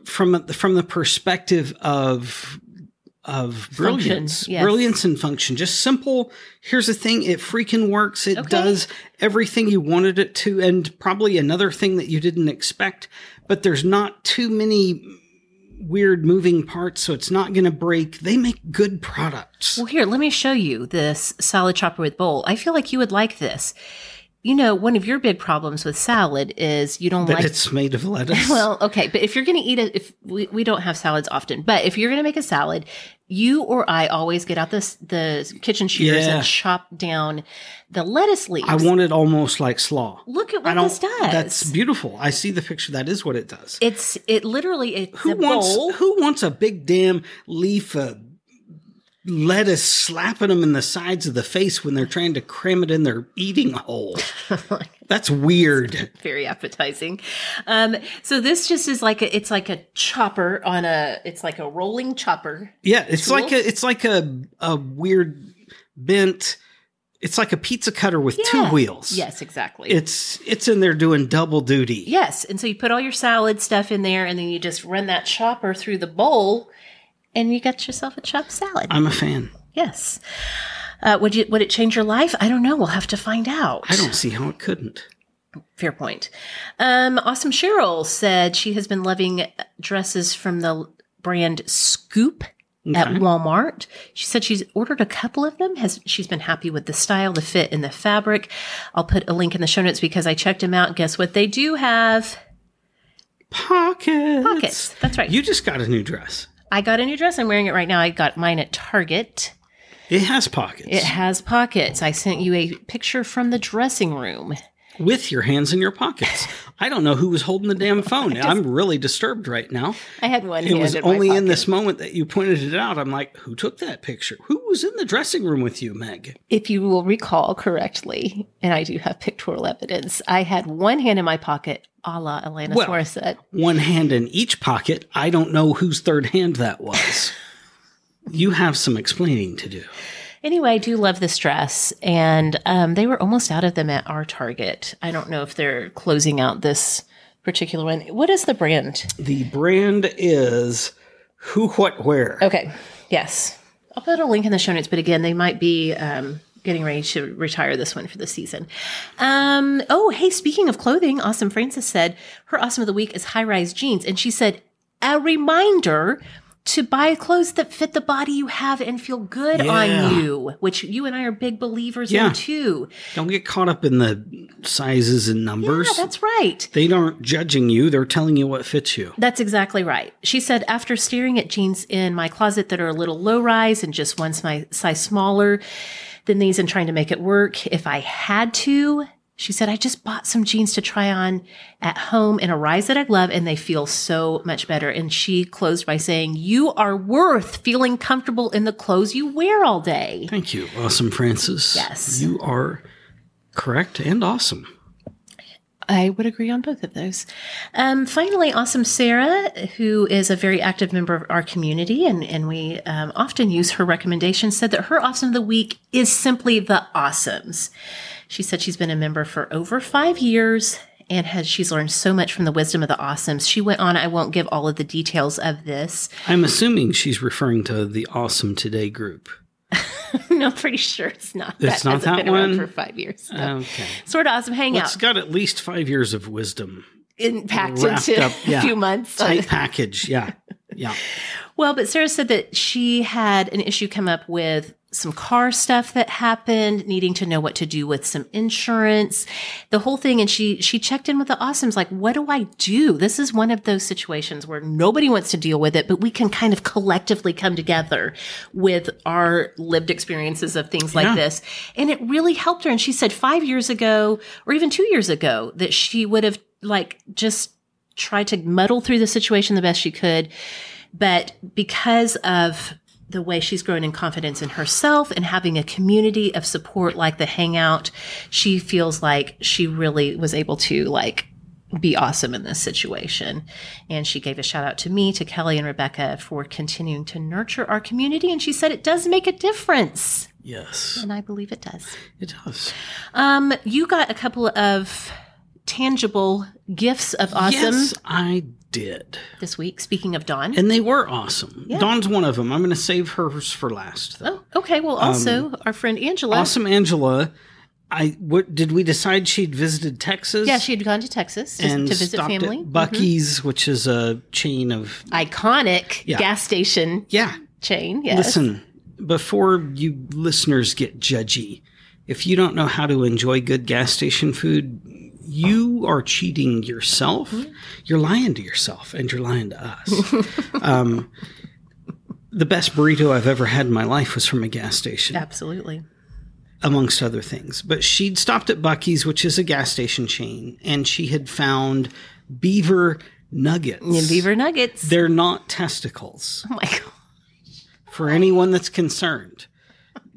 Speaker 2: from from the perspective of of brilliance,
Speaker 1: yes.
Speaker 2: brilliance and function. Just simple. Here's the thing: it freaking works. It
Speaker 1: Okay.
Speaker 2: does everything you wanted it to, and probably another thing that you didn't expect. But there's not too many weird moving parts, so it's not going to break. They make good products.
Speaker 1: Well, here, let me show you this salad chopper with bowl. I feel like you would like this. You know, one of your big problems with salad is you don't
Speaker 2: that
Speaker 1: like.
Speaker 2: it's made of
Speaker 1: [laughs]
Speaker 2: lettuce.
Speaker 1: Well, okay, but if you're going to eat it, if we, we don't have salads often, but if you're going to make a salad, you or I always get out this the kitchen shears
Speaker 2: Yeah.
Speaker 1: and chop down the lettuce leaves.
Speaker 2: I want it almost like slaw.
Speaker 1: Look at
Speaker 2: I
Speaker 1: what
Speaker 2: don't.
Speaker 1: this does.
Speaker 2: That's beautiful. I see the picture. That is what it does.
Speaker 1: it's it literally it's
Speaker 2: who
Speaker 1: a
Speaker 2: wants
Speaker 1: bowl.
Speaker 2: who wants a big damn leaf of lettuce slapping them in the sides of the face when they're trying to cram it in their eating hole? That's weird.
Speaker 1: [laughs] very appetizing. Um, so this just is like a, it's like a chopper on a it's like a rolling chopper
Speaker 2: Yeah, it's
Speaker 1: Tool?
Speaker 2: like a it's like a a weird bent. It's like a pizza cutter with two
Speaker 1: Yeah.
Speaker 2: wheels.
Speaker 1: Yes, exactly.
Speaker 2: It's it's in there doing double duty.
Speaker 1: yes, and so you put all your salad stuff in there, and then you just run that chopper through the bowl, and you got yourself a chopped salad.
Speaker 2: I'm a fan.
Speaker 1: yes. Uh, would you would it change your life? I don't know. We'll have to find out.
Speaker 2: I don't see how it couldn't.
Speaker 1: Fair point. Um, awesome Cheryl said she has been loving dresses from the brand Scoop at Walmart. She said she's ordered a couple of them. Has she's been happy with the style, the fit, and the fabric. I'll put a link in the show notes because I checked them out. Guess what? They do have
Speaker 2: Pockets.
Speaker 1: pockets. That's right.
Speaker 2: You just got a new dress.
Speaker 1: I got a new dress. I'm wearing it right now. I got mine at Target.
Speaker 2: It has pockets.
Speaker 1: It has pockets. I sent you a picture from the dressing room.
Speaker 2: with your hands in
Speaker 1: [laughs]
Speaker 2: your pockets. I don't know who was holding the damn phone. I'm really disturbed right now.
Speaker 1: I had one.
Speaker 2: It
Speaker 1: hand
Speaker 2: was
Speaker 1: in my
Speaker 2: only in
Speaker 1: pocket.
Speaker 2: this moment that you pointed it out. I'm like, who took that picture? Who was in the dressing room with you, Meg?
Speaker 1: if you will recall correctly, and I do have pictorial evidence, I had one hand in my pocket, a la Alanis
Speaker 2: Well-
Speaker 1: Morissette.
Speaker 2: One hand in each pocket. I don't know whose third hand
Speaker 1: [laughs]
Speaker 2: that was. you have some explaining to do.
Speaker 1: Anyway, I do love this dress, and um, they were almost out of them at our Target. I don't know if they're closing out this particular one. What is the brand?
Speaker 2: The brand is Who What Where.
Speaker 1: Oh. Okay, yes, I'll put a link in the show notes. But again, they might be um, getting ready to retire this one for the season. Um, oh, hey, speaking of clothing, Awesome Francis said her Awesome of the Week is high rise jeans. And she said, a reminder to buy clothes that fit the body you have and feel good
Speaker 2: Yeah.
Speaker 1: on you, which you and I are big believers
Speaker 2: Yeah.
Speaker 1: in too.
Speaker 2: Don't get caught up in the sizes and numbers.
Speaker 1: Yeah, that's right.
Speaker 2: they aren't judging you, they're telling you what fits you.
Speaker 1: That's exactly right. She said, after staring at jeans in my closet that are a little low rise and just one si- size smaller than these and trying to make it work, if I had to, she said, I just bought some jeans to try on at home in a rise that I love and they feel so much better. And she closed by saying, You are worth feeling comfortable in the clothes you wear all day.
Speaker 2: Thank you, awesome Francis.
Speaker 1: Yes.
Speaker 2: You are correct and awesome.
Speaker 1: I would agree on both of those. Um, finally, awesome Sarah, who is a very active member of our community, and and we um, often use her recommendations, said that her awesome of the week is simply the awesomes. She said she's been a member for over five years and has she's learned so much from the wisdom of the awesomes. She went on. I won't give all of the details of this. [laughs]
Speaker 2: I'm assuming she's referring to the Awesome Today group.
Speaker 1: no, I'm pretty sure it's not.
Speaker 2: It's not
Speaker 1: hasn't
Speaker 2: that
Speaker 1: been around
Speaker 2: one?
Speaker 1: for five years. No.
Speaker 2: Okay.
Speaker 1: sort of awesome hangout
Speaker 2: It's got at least five years of wisdom.
Speaker 1: impact
Speaker 2: wrapped
Speaker 1: into
Speaker 2: up,
Speaker 1: [laughs]
Speaker 2: yeah.
Speaker 1: a few months. [laughs]
Speaker 2: Tight package. Yeah. Yeah.
Speaker 1: Well, but Sarah said that she had an issue come up with some car stuff that happened, needing to know what to do with some insurance, the whole thing. And she she checked in with the awesomes, like, what do I do? This is one of those situations where nobody wants to deal with it, but we can kind of collectively come together with our lived experiences of things like
Speaker 2: Yeah.
Speaker 1: this. And it really helped her. And she said five years ago, or even two years ago, that she would have like just tried to muddle through the situation the best she could. But because of the way she's grown in confidence in herself and having a community of support like the hangout, she feels like she really was able to like be awesome in this situation. And she gave a shout out to me, to Kelly and Rebecca for continuing to nurture our community. And she said it does make a difference.
Speaker 2: Yes.
Speaker 1: And I believe it does.
Speaker 2: It does.
Speaker 1: Um, you got a couple of tangible gifts of awesome
Speaker 2: Yes, I did.
Speaker 1: this week. Speaking of Dawn.
Speaker 2: And they were awesome. Dawn's one of them. I'm going to save hers for last, though.
Speaker 1: oh, okay. Well, also our friend Angela.
Speaker 2: um, Awesome Angela. I what did we decide she'd visited Texas?
Speaker 1: Yeah, she had gone to Texas to,
Speaker 2: and
Speaker 1: to visit
Speaker 2: stopped
Speaker 1: family. Mm-hmm.
Speaker 2: At Bucky's, which is a chain of
Speaker 1: Iconic
Speaker 2: Yeah.
Speaker 1: gas station
Speaker 2: yeah.
Speaker 1: chain. Yes.
Speaker 2: Listen, before you listeners get judgy, if you don't know how to enjoy good gas station food, you are cheating yourself. You're lying to yourself, and you're lying to us. [laughs] um, the best burrito I've ever had in my life was from a gas station.
Speaker 1: Absolutely.
Speaker 2: amongst other things. But she'd stopped at Bucky's, which is a gas station chain, and she had found beaver nuggets.
Speaker 1: And beaver nuggets.
Speaker 2: They're not testicles
Speaker 1: oh my God.
Speaker 2: for anyone that's concerned,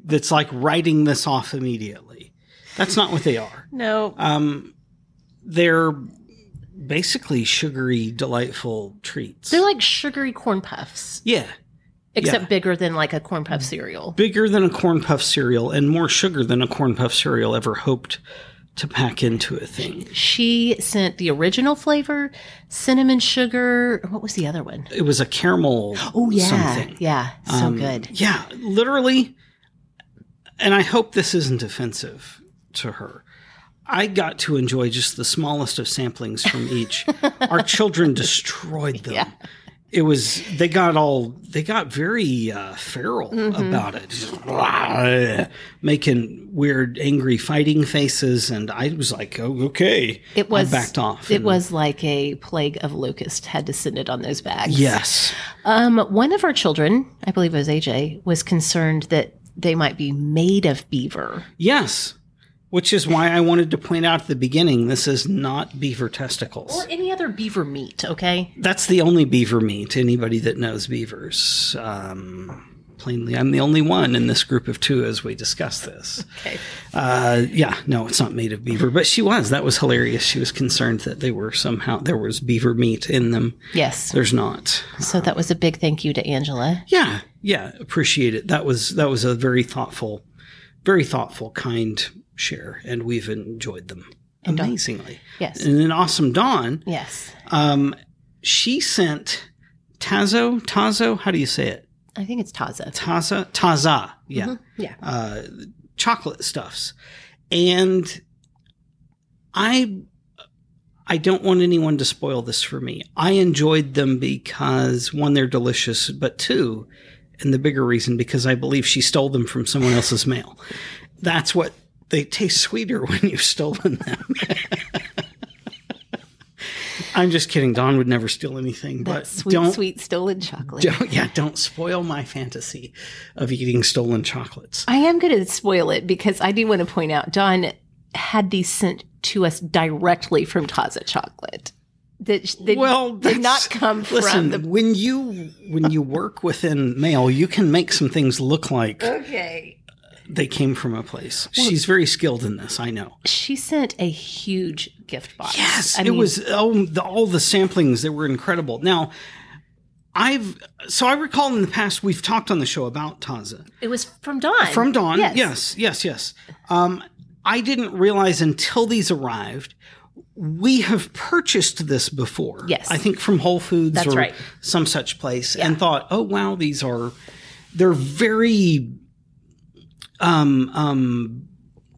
Speaker 2: that's like writing this off immediately. That's not what they are. Um,
Speaker 1: No.
Speaker 2: They're basically sugary, delightful treats.
Speaker 1: They're like sugary corn puffs,
Speaker 2: yeah.
Speaker 1: except bigger than like a corn puff cereal.
Speaker 2: Bigger than a corn puff cereal and more sugar than a corn puff cereal ever hoped to pack into a thing.
Speaker 1: She sent the original flavor, cinnamon sugar. What was the other one?
Speaker 2: It was a caramel
Speaker 1: Oh, yeah.
Speaker 2: something. Um,
Speaker 1: Yeah. So good.
Speaker 2: Yeah, literally. And I hope this isn't offensive to her. I got to enjoy just the smallest of samplings from
Speaker 1: [laughs]
Speaker 2: each. Our children destroyed them.
Speaker 1: Yeah.
Speaker 2: It was they got all they got very uh, feral
Speaker 1: Mm-hmm.
Speaker 2: about it, Just, "Wah," making weird, angry, fighting faces, and I was like, "Oh, okay."
Speaker 1: It was
Speaker 2: I backed off.
Speaker 1: It
Speaker 2: and-
Speaker 1: was like a plague of locusts had descended on those bags.
Speaker 2: yes,
Speaker 1: Um, one of our children, I believe it was AJ, was concerned that they might be made of beaver.
Speaker 2: yes, which is why I wanted to point out at the beginning: this is not beaver testicles.
Speaker 1: Or any other beaver meat, okay?
Speaker 2: that's the only beaver meat. Anybody that knows beavers, um, plainly, I'm the only one in this group of two as we discuss this.
Speaker 1: Okay.
Speaker 2: Uh, yeah, no, it's not made of beaver, but she was. That was hilarious. She was concerned that they were somehow there was beaver meat in them.
Speaker 1: Yes.
Speaker 2: There's not.
Speaker 1: So that was a big thank you to Angela.
Speaker 2: Yeah, yeah, appreciate it. That was that was a very thoughtful, very thoughtful, kind share, and we've enjoyed them amazingly.
Speaker 1: Yes.
Speaker 2: And then awesome Dawn.
Speaker 1: Yes.
Speaker 2: Um, she sent Tazo, Tazo, how do you say it?
Speaker 1: I think it's Taza. Mm-hmm.
Speaker 2: Taza, Taza, yeah.
Speaker 1: Yeah.
Speaker 2: Uh, chocolate stuffs. And I I don't want anyone to spoil this for me. I enjoyed them because one, they're delicious, but two, and the bigger reason, because I believe she stole them from someone else's mail. That's what they taste sweeter [laughs] when you've stolen them. [laughs] I'm just kidding. Don would never steal anything,
Speaker 1: That
Speaker 2: but
Speaker 1: sweet,
Speaker 2: don't
Speaker 1: sweet stolen chocolate.
Speaker 2: don't yeah don't spoil my fantasy of eating stolen chocolates
Speaker 1: I am going to spoil it because I do want to point out Don had these sent to us directly from Taza Chocolate. That sh- they
Speaker 2: well
Speaker 1: did not
Speaker 2: that's-
Speaker 1: come
Speaker 2: listen
Speaker 1: from the.
Speaker 2: when you when you work within mail you can make some things look like
Speaker 1: Okay.
Speaker 2: they came from a place she's very skilled in this i know
Speaker 1: She sent a huge gift box.
Speaker 2: yes
Speaker 1: I
Speaker 2: it
Speaker 1: mean,
Speaker 2: was oh the, all the samplings they were incredible now i've so i recall in the past we've talked on the show about taza
Speaker 1: It was from Don.
Speaker 2: From Dawn.
Speaker 1: Yes.
Speaker 2: Yes, yes, yes. Um, I didn't realize until these arrived. We have purchased this before.
Speaker 1: Yes.
Speaker 2: I think from Whole Foods
Speaker 1: That's
Speaker 2: or
Speaker 1: right.
Speaker 2: some such place and thought, oh, wow, these are, they're very, um, um,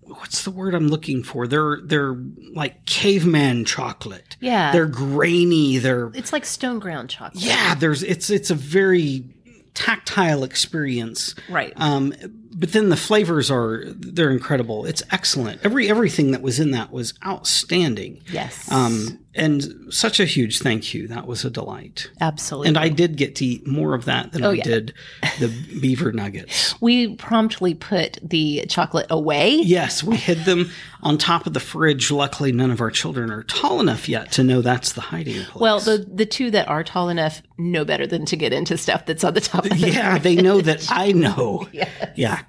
Speaker 2: what's the word I'm looking for? They're, they're like caveman chocolate.
Speaker 1: Yeah.
Speaker 2: They're grainy. They're,
Speaker 1: It's like stone ground chocolate.
Speaker 2: yeah, there's, it's, it's a very tactile experience.
Speaker 1: Right.
Speaker 2: Um, but then the flavors are they're incredible. It's excellent. Every everything that was in that was outstanding.
Speaker 1: yes.
Speaker 2: Um, and such a huge thank you. That was a delight.
Speaker 1: Absolutely.
Speaker 2: And I did get to eat more of that than I
Speaker 1: Oh, yeah.
Speaker 2: did the beaver nuggets.
Speaker 1: we promptly put the chocolate away.
Speaker 2: Yes, we hid them on top of the fridge. Luckily, none of our children are tall enough yet to know that's the hiding place.
Speaker 1: Well, [laughs] the the two that are tall enough know better than to get into stuff that's on the top of the
Speaker 2: yeah, they know that I know. Yeah.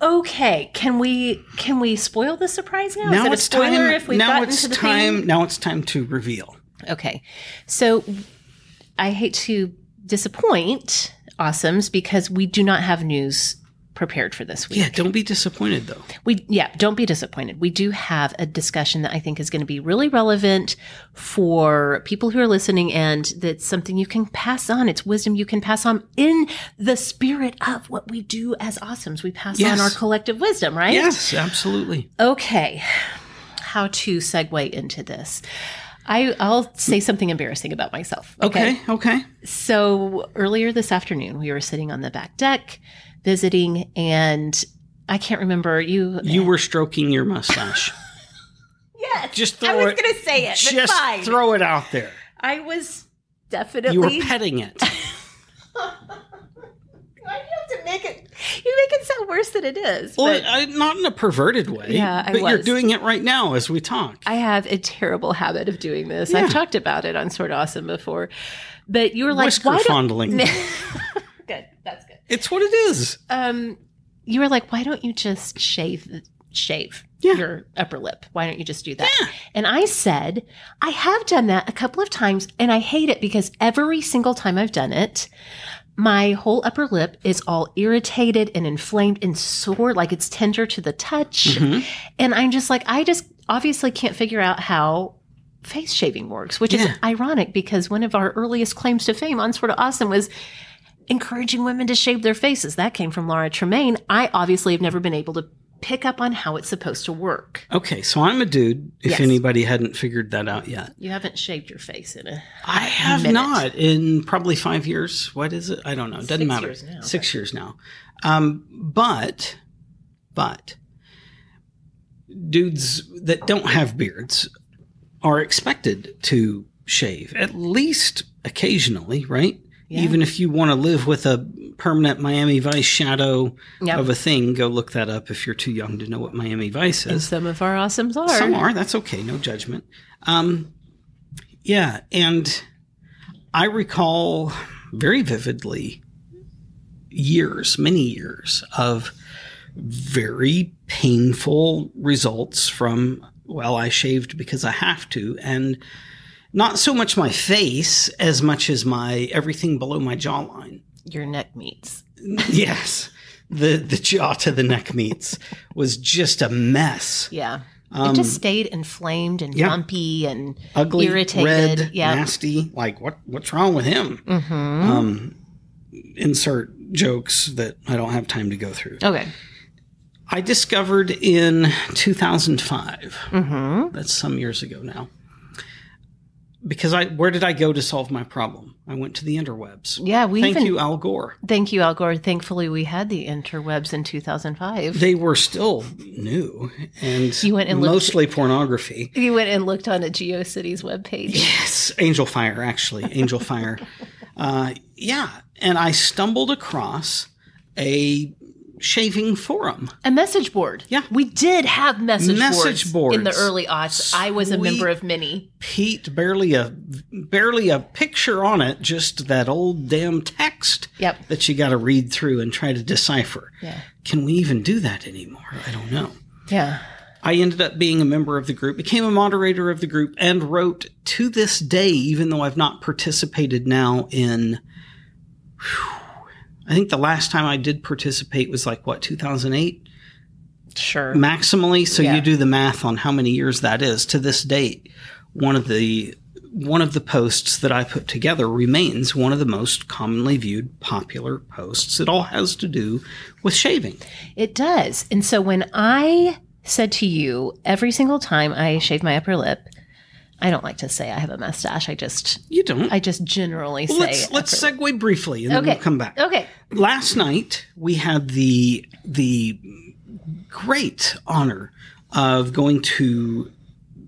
Speaker 1: Okay, can we can we spoil the surprise now? Is that a spoiler if we've
Speaker 2: now
Speaker 1: gotten
Speaker 2: it's
Speaker 1: to the
Speaker 2: time.
Speaker 1: thing?
Speaker 2: Now it's time to reveal.
Speaker 1: Okay. So I hate to disappoint awesomes because we do not have news prepared for this week.
Speaker 2: Yeah, don't be disappointed though.
Speaker 1: We yeah, don't be disappointed. We do have a discussion that I think is going to be really relevant for people who are listening and that's something you can pass on. It's wisdom you can pass on in the spirit of what we do as awesomes. We pass
Speaker 2: Yes.
Speaker 1: on our collective wisdom, right?
Speaker 2: Yes, absolutely.
Speaker 1: Okay. How to segue into this. I, I'll say something embarrassing about myself.
Speaker 2: Okay, okay.
Speaker 1: So earlier this afternoon, we were sitting on the back deck visiting, and I can't remember you.
Speaker 2: You were stroking your
Speaker 1: [laughs]
Speaker 2: mustache.
Speaker 1: yes,
Speaker 2: Just
Speaker 1: I
Speaker 2: throw
Speaker 1: was
Speaker 2: it.
Speaker 1: going to say it, but
Speaker 2: Just
Speaker 1: fine.
Speaker 2: throw it out there.
Speaker 1: I was
Speaker 2: You were
Speaker 1: definitely. [laughs]
Speaker 2: petting it.
Speaker 1: Why do you have to make it? You make it sound worse than it is.
Speaker 2: Well, uh,
Speaker 1: but-
Speaker 2: I, not in a perverted way.
Speaker 1: Yeah, I
Speaker 2: but you're
Speaker 1: was.
Speaker 2: doing it right now as we talk.
Speaker 1: I have a terrible habit of doing this.
Speaker 2: Yeah.
Speaker 1: I've talked about it on Sort of Awesome before, but you were like,
Speaker 2: Whisker
Speaker 1: "Why don't?" [laughs]
Speaker 2: fondling.
Speaker 1: good, that's good.
Speaker 2: it's what it is.
Speaker 1: Um, you were like, "Why don't you just shave shave
Speaker 2: Yeah.
Speaker 1: your upper lip? Why don't you just do that?" And I said, "I have done that a couple of times, and I hate it because every single time I've done it." My whole upper lip is all irritated and inflamed and sore, like it's tender to the touch.
Speaker 2: Mhm.
Speaker 1: And I'm just like, I just obviously can't figure out how face shaving works, which
Speaker 2: Yeah.
Speaker 1: is ironic because one of our earliest claims to fame on Sort of Awesome was encouraging women to shave their faces. That came from Laura Tremaine. I obviously have never been able to pick up on how it's supposed to work.
Speaker 2: Okay, so I'm a dude. If
Speaker 1: Yes.
Speaker 2: anybody hadn't figured that out yet,
Speaker 1: You haven't shaved your face in a
Speaker 2: I have
Speaker 1: Minute.
Speaker 2: not in probably five years. What is it? I don't know. Doesn't
Speaker 1: Six
Speaker 2: matter.
Speaker 1: years now.
Speaker 2: Six years now. Um, but, but dudes that don't have beards are expected to shave at least occasionally, right?
Speaker 1: Yeah.
Speaker 2: Even if you want to live with a permanent Miami Vice shadow
Speaker 1: Yep.
Speaker 2: of a thing, go look that up if you're too young to know what Miami Vice
Speaker 1: and
Speaker 2: is.
Speaker 1: some of our awesomes are.
Speaker 2: Some are. That's okay. No judgment. Um, yeah, and I recall very vividly years, many years of very painful results from well, I shaved because I have to, and not so much my face as much as my everything below my jawline
Speaker 1: Your neck meets.
Speaker 2: yes the the jaw to the neck meets was just a mess
Speaker 1: Yeah.
Speaker 2: Um,
Speaker 1: it just stayed inflamed and
Speaker 2: yeah.
Speaker 1: lumpy and
Speaker 2: ugly
Speaker 1: irritated.
Speaker 2: red
Speaker 1: yeah.
Speaker 2: nasty like what what's wrong with him
Speaker 1: Mm-hmm.
Speaker 2: um insert jokes that i don't have time to go through
Speaker 1: Okay.
Speaker 2: I discovered in 2005.
Speaker 1: Mm-hmm.
Speaker 2: That's some years ago now. Because I, where did I go to solve my problem? I went to the interwebs.
Speaker 1: Yeah, we
Speaker 2: Thank
Speaker 1: even-
Speaker 2: you, Al Gore.
Speaker 1: Thank you, Al Gore. Thankfully, we had the interwebs in 2005.
Speaker 2: They were still new and,
Speaker 1: You went and looked-
Speaker 2: mostly pornography.
Speaker 1: You went and looked on a GeoCities webpage.
Speaker 2: Yes, Angel Fire, actually, Angel Fire. Uh, yeah, and I stumbled across a shaving forum.
Speaker 1: A message board.
Speaker 2: Yeah.
Speaker 1: We did have message,
Speaker 2: Message
Speaker 1: boards, in the
Speaker 2: boards.
Speaker 1: early aughts. I was a
Speaker 2: Sweet.
Speaker 1: member of many.
Speaker 2: Pete, barely a barely a picture on it, just that old damn text
Speaker 1: Yep.
Speaker 2: that you got to read through and try to decipher.
Speaker 1: Yeah.
Speaker 2: Can we even do that anymore? I don't know.
Speaker 1: Yeah.
Speaker 2: I ended up being a member of the group, became a moderator of the group, and wrote to this day, even though I've not participated now in. whew, I think the last time I did participate was like, what, 2008?
Speaker 1: Sure.
Speaker 2: Maximally. So
Speaker 1: Yeah.
Speaker 2: you do the math on how many years that is. To this date, one of the. One of the posts that I put together remains one of the most commonly viewed popular posts. It all has to do with shaving.
Speaker 1: It does. And so when I said to you, every single time I shave my upper lip, I don't like to say I have a mustache. I just,
Speaker 2: You don't.
Speaker 1: I just generally say.
Speaker 2: let's let's
Speaker 1: upper lip.
Speaker 2: segue briefly and then
Speaker 1: Okay.
Speaker 2: we'll come back.
Speaker 1: Okay.
Speaker 2: last night we had the the great honor of going to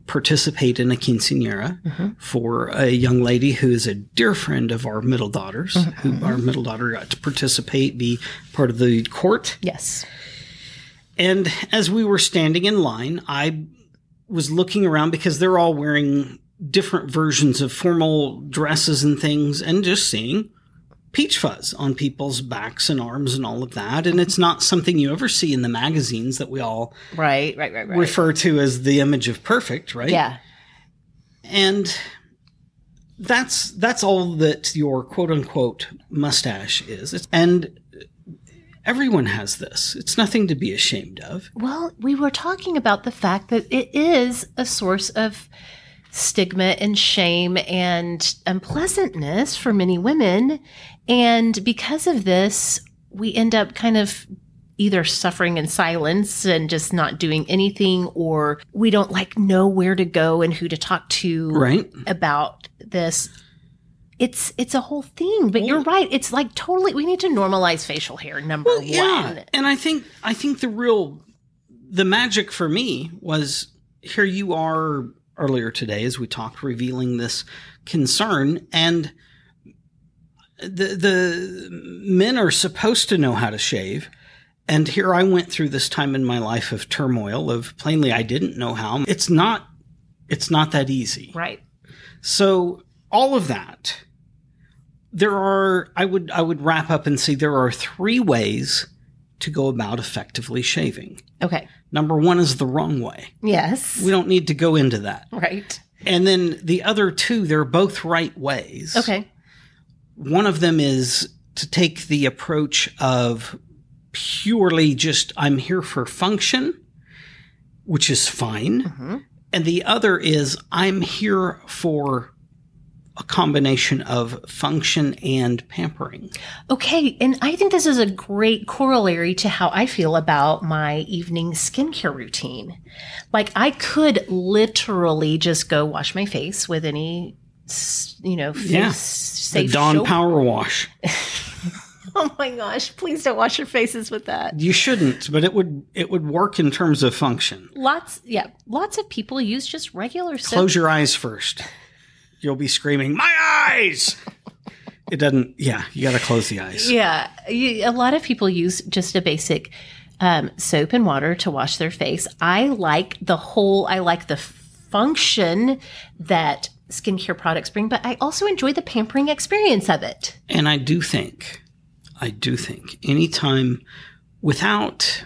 Speaker 2: participate in a quinceanera for a young lady who is a dear friend of our middle daughters who our middle daughter got to participate be part of the court
Speaker 1: Yes.
Speaker 2: and as we were standing in line, I was looking around because they're all wearing different versions of formal dresses and things and just seeing peach fuzz on people's backs and arms and all of that. And it's not something you ever see in the magazines that we all
Speaker 1: Right, right, right, right.
Speaker 2: refer to as the image of perfect, right?
Speaker 1: yeah.
Speaker 2: And that's that's all that your quote unquote mustache is. It's, and everyone has this. It's nothing to be ashamed of.
Speaker 1: Well, we were talking about the fact that it is a source of stigma and shame and unpleasantness for many women. And because of this, we end up kind of either suffering in silence and just not doing anything, or we don't like know where to go and who to talk to
Speaker 2: Right?
Speaker 1: about this. It's it's a whole thing, but you're
Speaker 2: Well-
Speaker 1: right. It's like totally we need to normalize facial hair, number
Speaker 2: Well,
Speaker 1: one.
Speaker 2: yeah, and I think I think the real the magic for me was here you are earlier today as we talked revealing this concern and the the men are supposed to know how to shave and here I went through this time in my life of turmoil of plainly I didn't know how it's not it's not that easy
Speaker 1: Right.
Speaker 2: so all of that, there are I would I would wrap up and say there are three ways to go about effectively shaving.
Speaker 1: Okay.
Speaker 2: Number one is the wrong way.
Speaker 1: Yes.
Speaker 2: We don't need to go into that.
Speaker 1: Right.
Speaker 2: And then the other two, they're both right ways.
Speaker 1: Okay.
Speaker 2: One of them is to take the approach of purely just I'm here for function, which is fine. And the other is I'm here for a combination of function and pampering.
Speaker 1: Okay. And I think this is a great corollary to how I feel about my evening skincare routine. Like, I could literally just go wash my face with any, s- you know, face
Speaker 2: Yeah. The
Speaker 1: safe
Speaker 2: Dawn
Speaker 1: soap.
Speaker 2: Power Wash.
Speaker 1: [laughs] Oh my gosh. Please don't wash your faces with that.
Speaker 2: You shouldn't, but it would it would work in terms of function.
Speaker 1: Lots, yeah, lots of people use just regular soap.
Speaker 2: Close your eyes first. You'll be screaming, "My eyes!" It doesn't. Yeah, you got to close the eyes.
Speaker 1: Yeah. You, a lot of people use just a basic um, soap and water to wash their face. I like the whole, I like the function that skincare products bring, but I also enjoy the pampering experience of it.
Speaker 2: And I do think, I do think, anytime without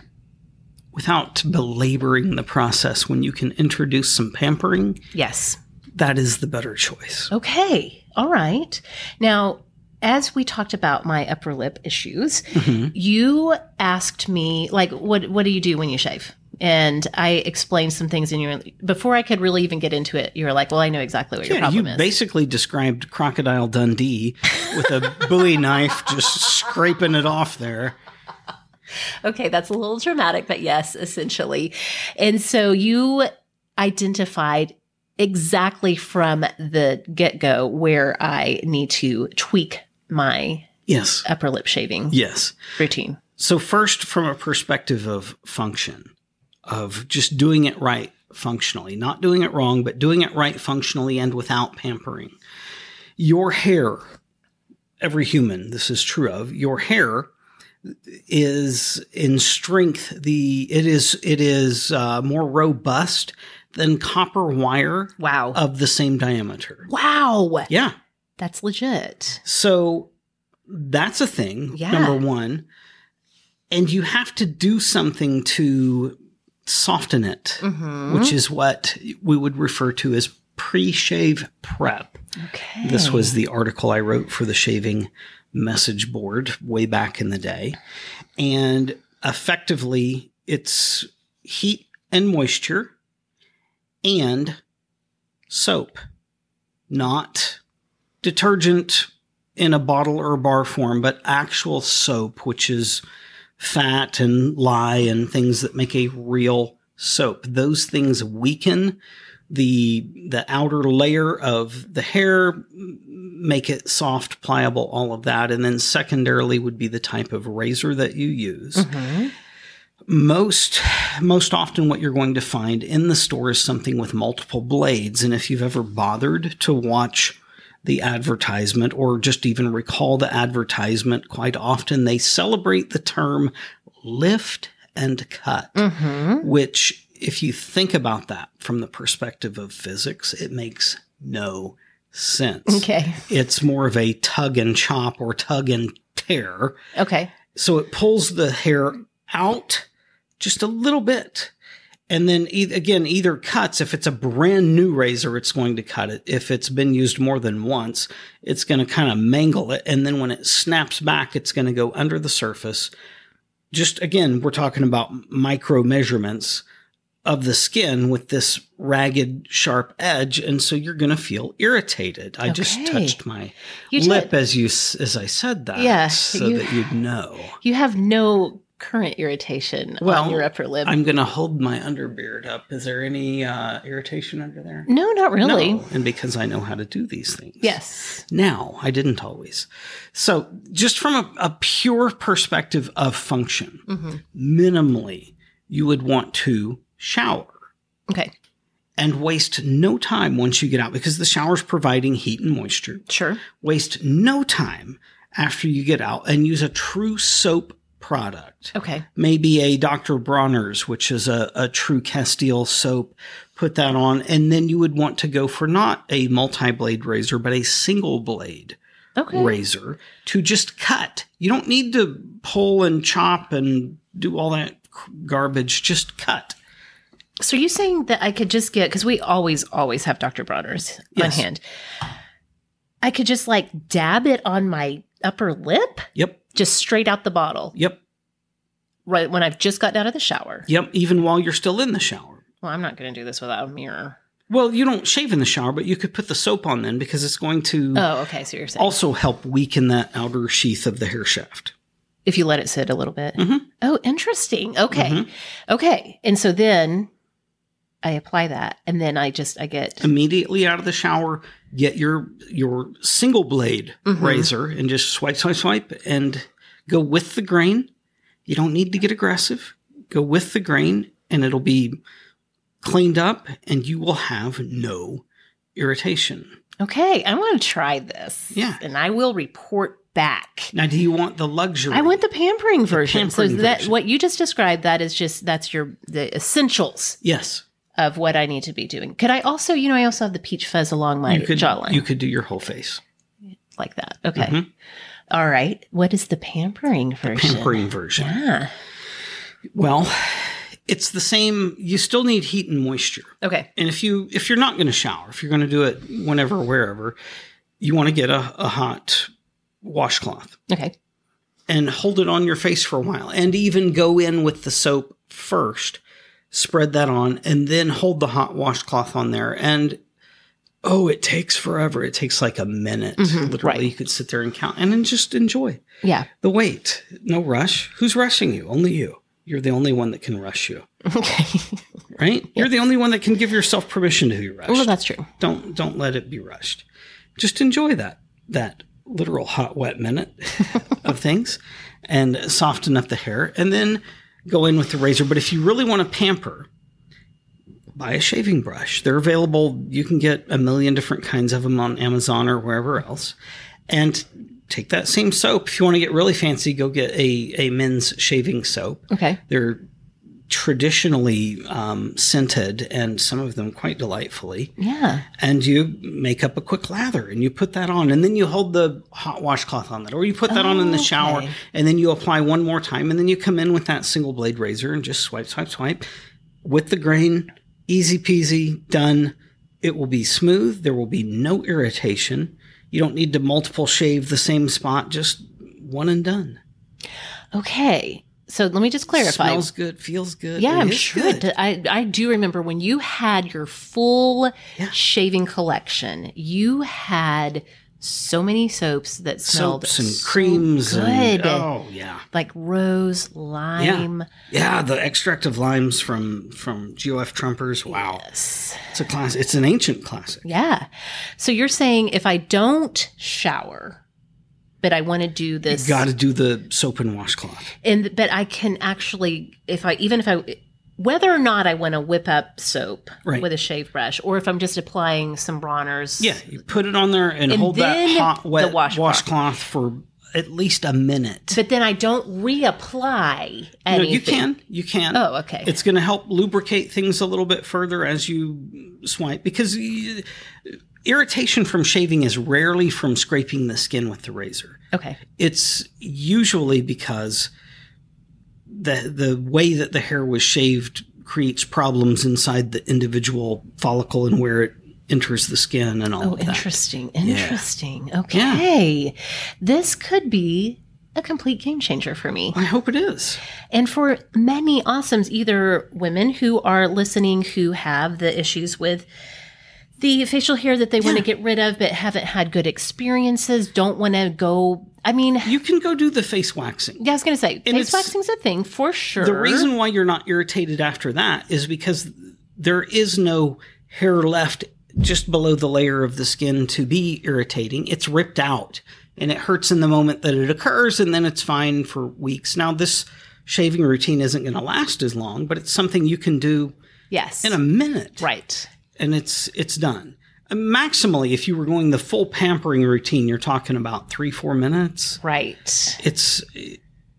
Speaker 2: without belaboring the process, when you can introduce some pampering,
Speaker 1: Yes.
Speaker 2: that is the better choice.
Speaker 1: Okay. All right. Now, as we talked about my upper lip issues,
Speaker 2: Mm-hmm.
Speaker 1: you asked me like what what do you do when you shave? And I explained some things in your before I could really even get into it. You were like, "Well, I know exactly what your
Speaker 2: Yeah, you
Speaker 1: problem is."
Speaker 2: basically described Crocodile Dundee with a Bowie knife just scraping it off there.
Speaker 1: Okay, that's a little dramatic, but yes, essentially. And so you identified exactly from the get go where I need to tweak my
Speaker 2: Yes.
Speaker 1: upper lip shaving
Speaker 2: Yes.
Speaker 1: routine.
Speaker 2: So, first, from a perspective of function, of just doing it right functionally, not doing it wrong, but doing it right functionally and without pampering. Your hair, every human, this is true of, your hair is in strength the it is it is uh, more robust than copper wire
Speaker 1: Wow.
Speaker 2: of the same diameter
Speaker 1: wow.
Speaker 2: Um, yeah
Speaker 1: That's legit.
Speaker 2: so that's a thing,
Speaker 1: Yeah.
Speaker 2: number one. And you have to do something to soften it,
Speaker 1: Mm-hmm.
Speaker 2: which is what we would refer to as pre shave prep.
Speaker 1: okay.
Speaker 2: This was the article I wrote for the shaving message board way back in the day. And effectively, it's heat and moisture and soap, not detergent in a bottle or bar form, but actual soap, which is fat and lye and things that make a real soap. Those things weaken the the outer layer of the hair, m- make it soft, pliable, all of that. And then secondarily would be the type of razor that you use
Speaker 1: Mhm.
Speaker 2: most most often what you're going to find in the store is something with multiple blades and if you've ever bothered to watch the advertisement or just even recall the advertisement quite often they celebrate the term lift and cut
Speaker 1: Mhm.
Speaker 2: which if you think about that from the perspective of physics it makes no sense
Speaker 1: Okay.
Speaker 2: it's more of a tug and chop or tug and tear
Speaker 1: Okay.
Speaker 2: so it pulls the hair out just a little bit and then e- again either cuts if it's a brand new razor it's going to cut it if it's been used more than once it's going to kind of mangle it and then when it snaps back it's going to go under the surface just again we're talking about micro measurements of the skin with this ragged sharp edge and so you're going to feel irritated i just
Speaker 1: Okay.
Speaker 2: touched my
Speaker 1: You did.
Speaker 2: lip as you s- as i said that
Speaker 1: Yeah,
Speaker 2: so
Speaker 1: you-
Speaker 2: that you'd know
Speaker 1: You have no current irritation
Speaker 2: Well,
Speaker 1: on your upper lip.
Speaker 2: I'm gonna hold my underbeard up. Is there any uh, irritation under there?
Speaker 1: no, not really.
Speaker 2: No. And because I know how to do these things.
Speaker 1: Yes.
Speaker 2: Now I didn't always. So just from a, a pure perspective of function,
Speaker 1: hmm
Speaker 2: minimally you would want to shower
Speaker 1: Okay.
Speaker 2: and waste no time once you get out because the shower's providing heat and moisture.
Speaker 1: Sure.
Speaker 2: Waste no time after you get out and use a true soap product
Speaker 1: Okay.
Speaker 2: maybe a Dr. Bronner's, which is a, a true Castile soap, put that on. And then you would want to go for not a multi blade razor, but a single blade
Speaker 1: Okay.
Speaker 2: razor to just cut. You don't need to pull and chop and do all that garbage. Just cut.
Speaker 1: So you're saying that I could just get because we always always have Dr. Bronner's on
Speaker 2: Yes.
Speaker 1: hand. I could just like dab it on my upper lip,
Speaker 2: Yep.
Speaker 1: just straight out the bottle,
Speaker 2: Yep.
Speaker 1: right when I've just gotten out of the shower.
Speaker 2: Yep. Even while you're still in the shower.
Speaker 1: Well, I'm not going to do this without a mirror.
Speaker 2: Well, you don't shave in the shower, but you could put the soap on then because it's going to
Speaker 1: Oh, okay. So you're saying
Speaker 2: Mm. also help weaken that outer sheath of the hair shaft.
Speaker 1: if you let it sit a little bit.
Speaker 2: Mhm.
Speaker 1: Oh, interesting. Okay,
Speaker 2: Mhm.
Speaker 1: okay. And so then I apply that, and then I just I get
Speaker 2: immediately out of the shower, get your your single blade
Speaker 1: Mhm.
Speaker 2: razor and just swipe, swipe, swipe, and go with the grain. You don't need to get aggressive. Go with the grain, and it'll be cleaned up, and you will have no irritation.
Speaker 1: okay. I want to try this.
Speaker 2: Yeah.
Speaker 1: and I will report back.
Speaker 2: Now, do you want the luxury?
Speaker 1: I want the pampering version. so
Speaker 2: pampering
Speaker 1: that
Speaker 2: version.
Speaker 1: what you just described that is just that's your the essentials
Speaker 2: yes.
Speaker 1: of what I need to be doing. Could I also, you know, I also have the peach fuzz along my
Speaker 2: You could
Speaker 1: jawline
Speaker 2: you could do your whole face
Speaker 1: like that. Okay.
Speaker 2: Mhm.
Speaker 1: All right. What is the pampering version? Ah,
Speaker 2: pampering version.
Speaker 1: Yeah.
Speaker 2: Well, it's the same. You still need heat and moisture.
Speaker 1: Okay.
Speaker 2: and if you if you're not going to shower if you're going to do it whenever wherever you want to get a, a hot washcloth
Speaker 1: Okay.
Speaker 2: and hold it on your face for a while and even go in with the soap first spread that on and then hold the hot washcloth on there and oh, it takes forever. It takes like a minute. Literally,
Speaker 1: right.
Speaker 2: you could sit there and count and then just enjoy
Speaker 1: Yeah.
Speaker 2: the wait. No rush. Who's rushing you? Only you. You're the only one that can rush you,
Speaker 1: Okay. [laughs]
Speaker 2: right? You're the only one that can give yourself permission to be rushed.
Speaker 1: well, that's true.
Speaker 2: don't don't let it be rushed. Just enjoy that that literal hot wet minute of things, and soften up the hair, and then go in with the razor. But if you really want to pamper, buy a shaving brush. They're available. You can get a million different kinds of them on Amazon or wherever else, and. Take that same soap. If you want to get really fancy, go get a, a men's shaving soap.
Speaker 1: Okay.
Speaker 2: They're traditionally um, scented and some of them quite delightfully
Speaker 1: Yeah.
Speaker 2: and you make up a quick lather and you put that on and then you hold the hot washcloth on that or you put that on in the shower
Speaker 1: Okay.
Speaker 2: and then you apply one more time and then you come in with that single blade razor and just swipe swipe swipe with the grain easy peasy done it will be smooth there will be no irritation you don't need to multiple shave the same spot just one and done
Speaker 1: Okay. So let me just clarify.
Speaker 2: smells good feels good
Speaker 1: yeah,
Speaker 2: It
Speaker 1: I'm
Speaker 2: is
Speaker 1: sure.
Speaker 2: good.
Speaker 1: It, did- I I do remember when you had your full
Speaker 2: Yeah.
Speaker 1: shaving collection. You had so many soaps that smelled
Speaker 2: soaps and
Speaker 1: so
Speaker 2: creams and
Speaker 1: good.
Speaker 2: oh yeah
Speaker 1: like rose, lime.
Speaker 2: Yeah, the extract of limes from from GOF Trumpers. Wow,
Speaker 1: Yes.
Speaker 2: it's a class. It's an ancient classic.
Speaker 1: Yeah. So you're saying if I don't shower, but I want to do this,
Speaker 2: Got to do the soap and washcloth.
Speaker 1: and but I can actually, if I even if I, whether or not I want to whip up soap
Speaker 2: Right.
Speaker 1: with a shave brush, or if I'm just applying some Bronner's,
Speaker 2: Yeah, you put it on there and,
Speaker 1: And
Speaker 2: hold that
Speaker 1: then
Speaker 2: hot wet
Speaker 1: the washcloth.
Speaker 2: washcloth for at least a minute.
Speaker 1: But then I don't reapply
Speaker 2: You, know,
Speaker 1: anything.
Speaker 2: you can, you can.
Speaker 1: Oh, okay.
Speaker 2: It's going to help lubricate things a little bit further as you swipe because y- irritation from shaving is rarely from scraping the skin with the razor.
Speaker 1: okay.
Speaker 2: it's usually because the the way that the hair was shaved creates problems inside the individual follicle and where it enters the skin and all
Speaker 1: Oh,
Speaker 2: of that.
Speaker 1: interesting. Interesting. Okay. This could be a complete game changer for me.
Speaker 2: I hope it is.
Speaker 1: And for many awesomes, either women who are listening who have the issues with the facial hair that they want to get rid of but haven't had good experiences, don't want to go. I mean,
Speaker 2: You can go do the face waxing.
Speaker 1: yeah, I was going to say, face
Speaker 2: it's-
Speaker 1: waxing's a thing for sure.
Speaker 2: The reason why you're not irritated after that is because there is no hair left just below the layer of the skin to be irritating. It's ripped out and it hurts in the moment that it occurs and then it's fine for weeks. Now, this shaving routine isn't going to last as long, but it's something you can do
Speaker 1: yes,
Speaker 2: in a minute
Speaker 1: right.
Speaker 2: and it's it's done. And maximally, if you were going the full pampering routine, you're talking about three, four minutes.
Speaker 1: Right.
Speaker 2: It's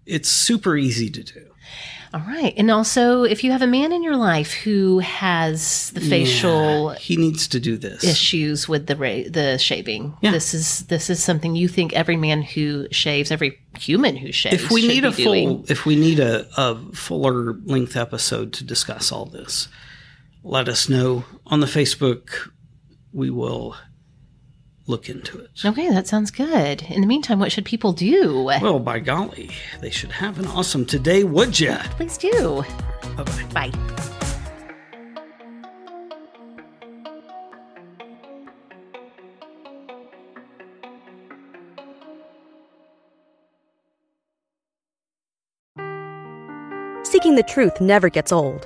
Speaker 2: it's super easy to do.
Speaker 1: All right. And also, if you have a man in your life who has the facial
Speaker 2: Yeah, he needs to do this.
Speaker 1: issues with the ra- the shaving,
Speaker 2: Yeah.
Speaker 1: this is this is something you think every man who shaves, every human who shaves,
Speaker 2: If we
Speaker 1: should
Speaker 2: need a
Speaker 1: be
Speaker 2: full,
Speaker 1: doing.
Speaker 2: if we need a, a fuller length episode to discuss all this, let us know on the Facebook. We will look into it.
Speaker 1: Okay, that sounds good. In the meantime, what should people do?
Speaker 2: Well, by golly, they should have an awesome today, would ya?
Speaker 1: Please do.
Speaker 2: Bye bye.
Speaker 1: Bye.
Speaker 3: Seeking the truth never gets old.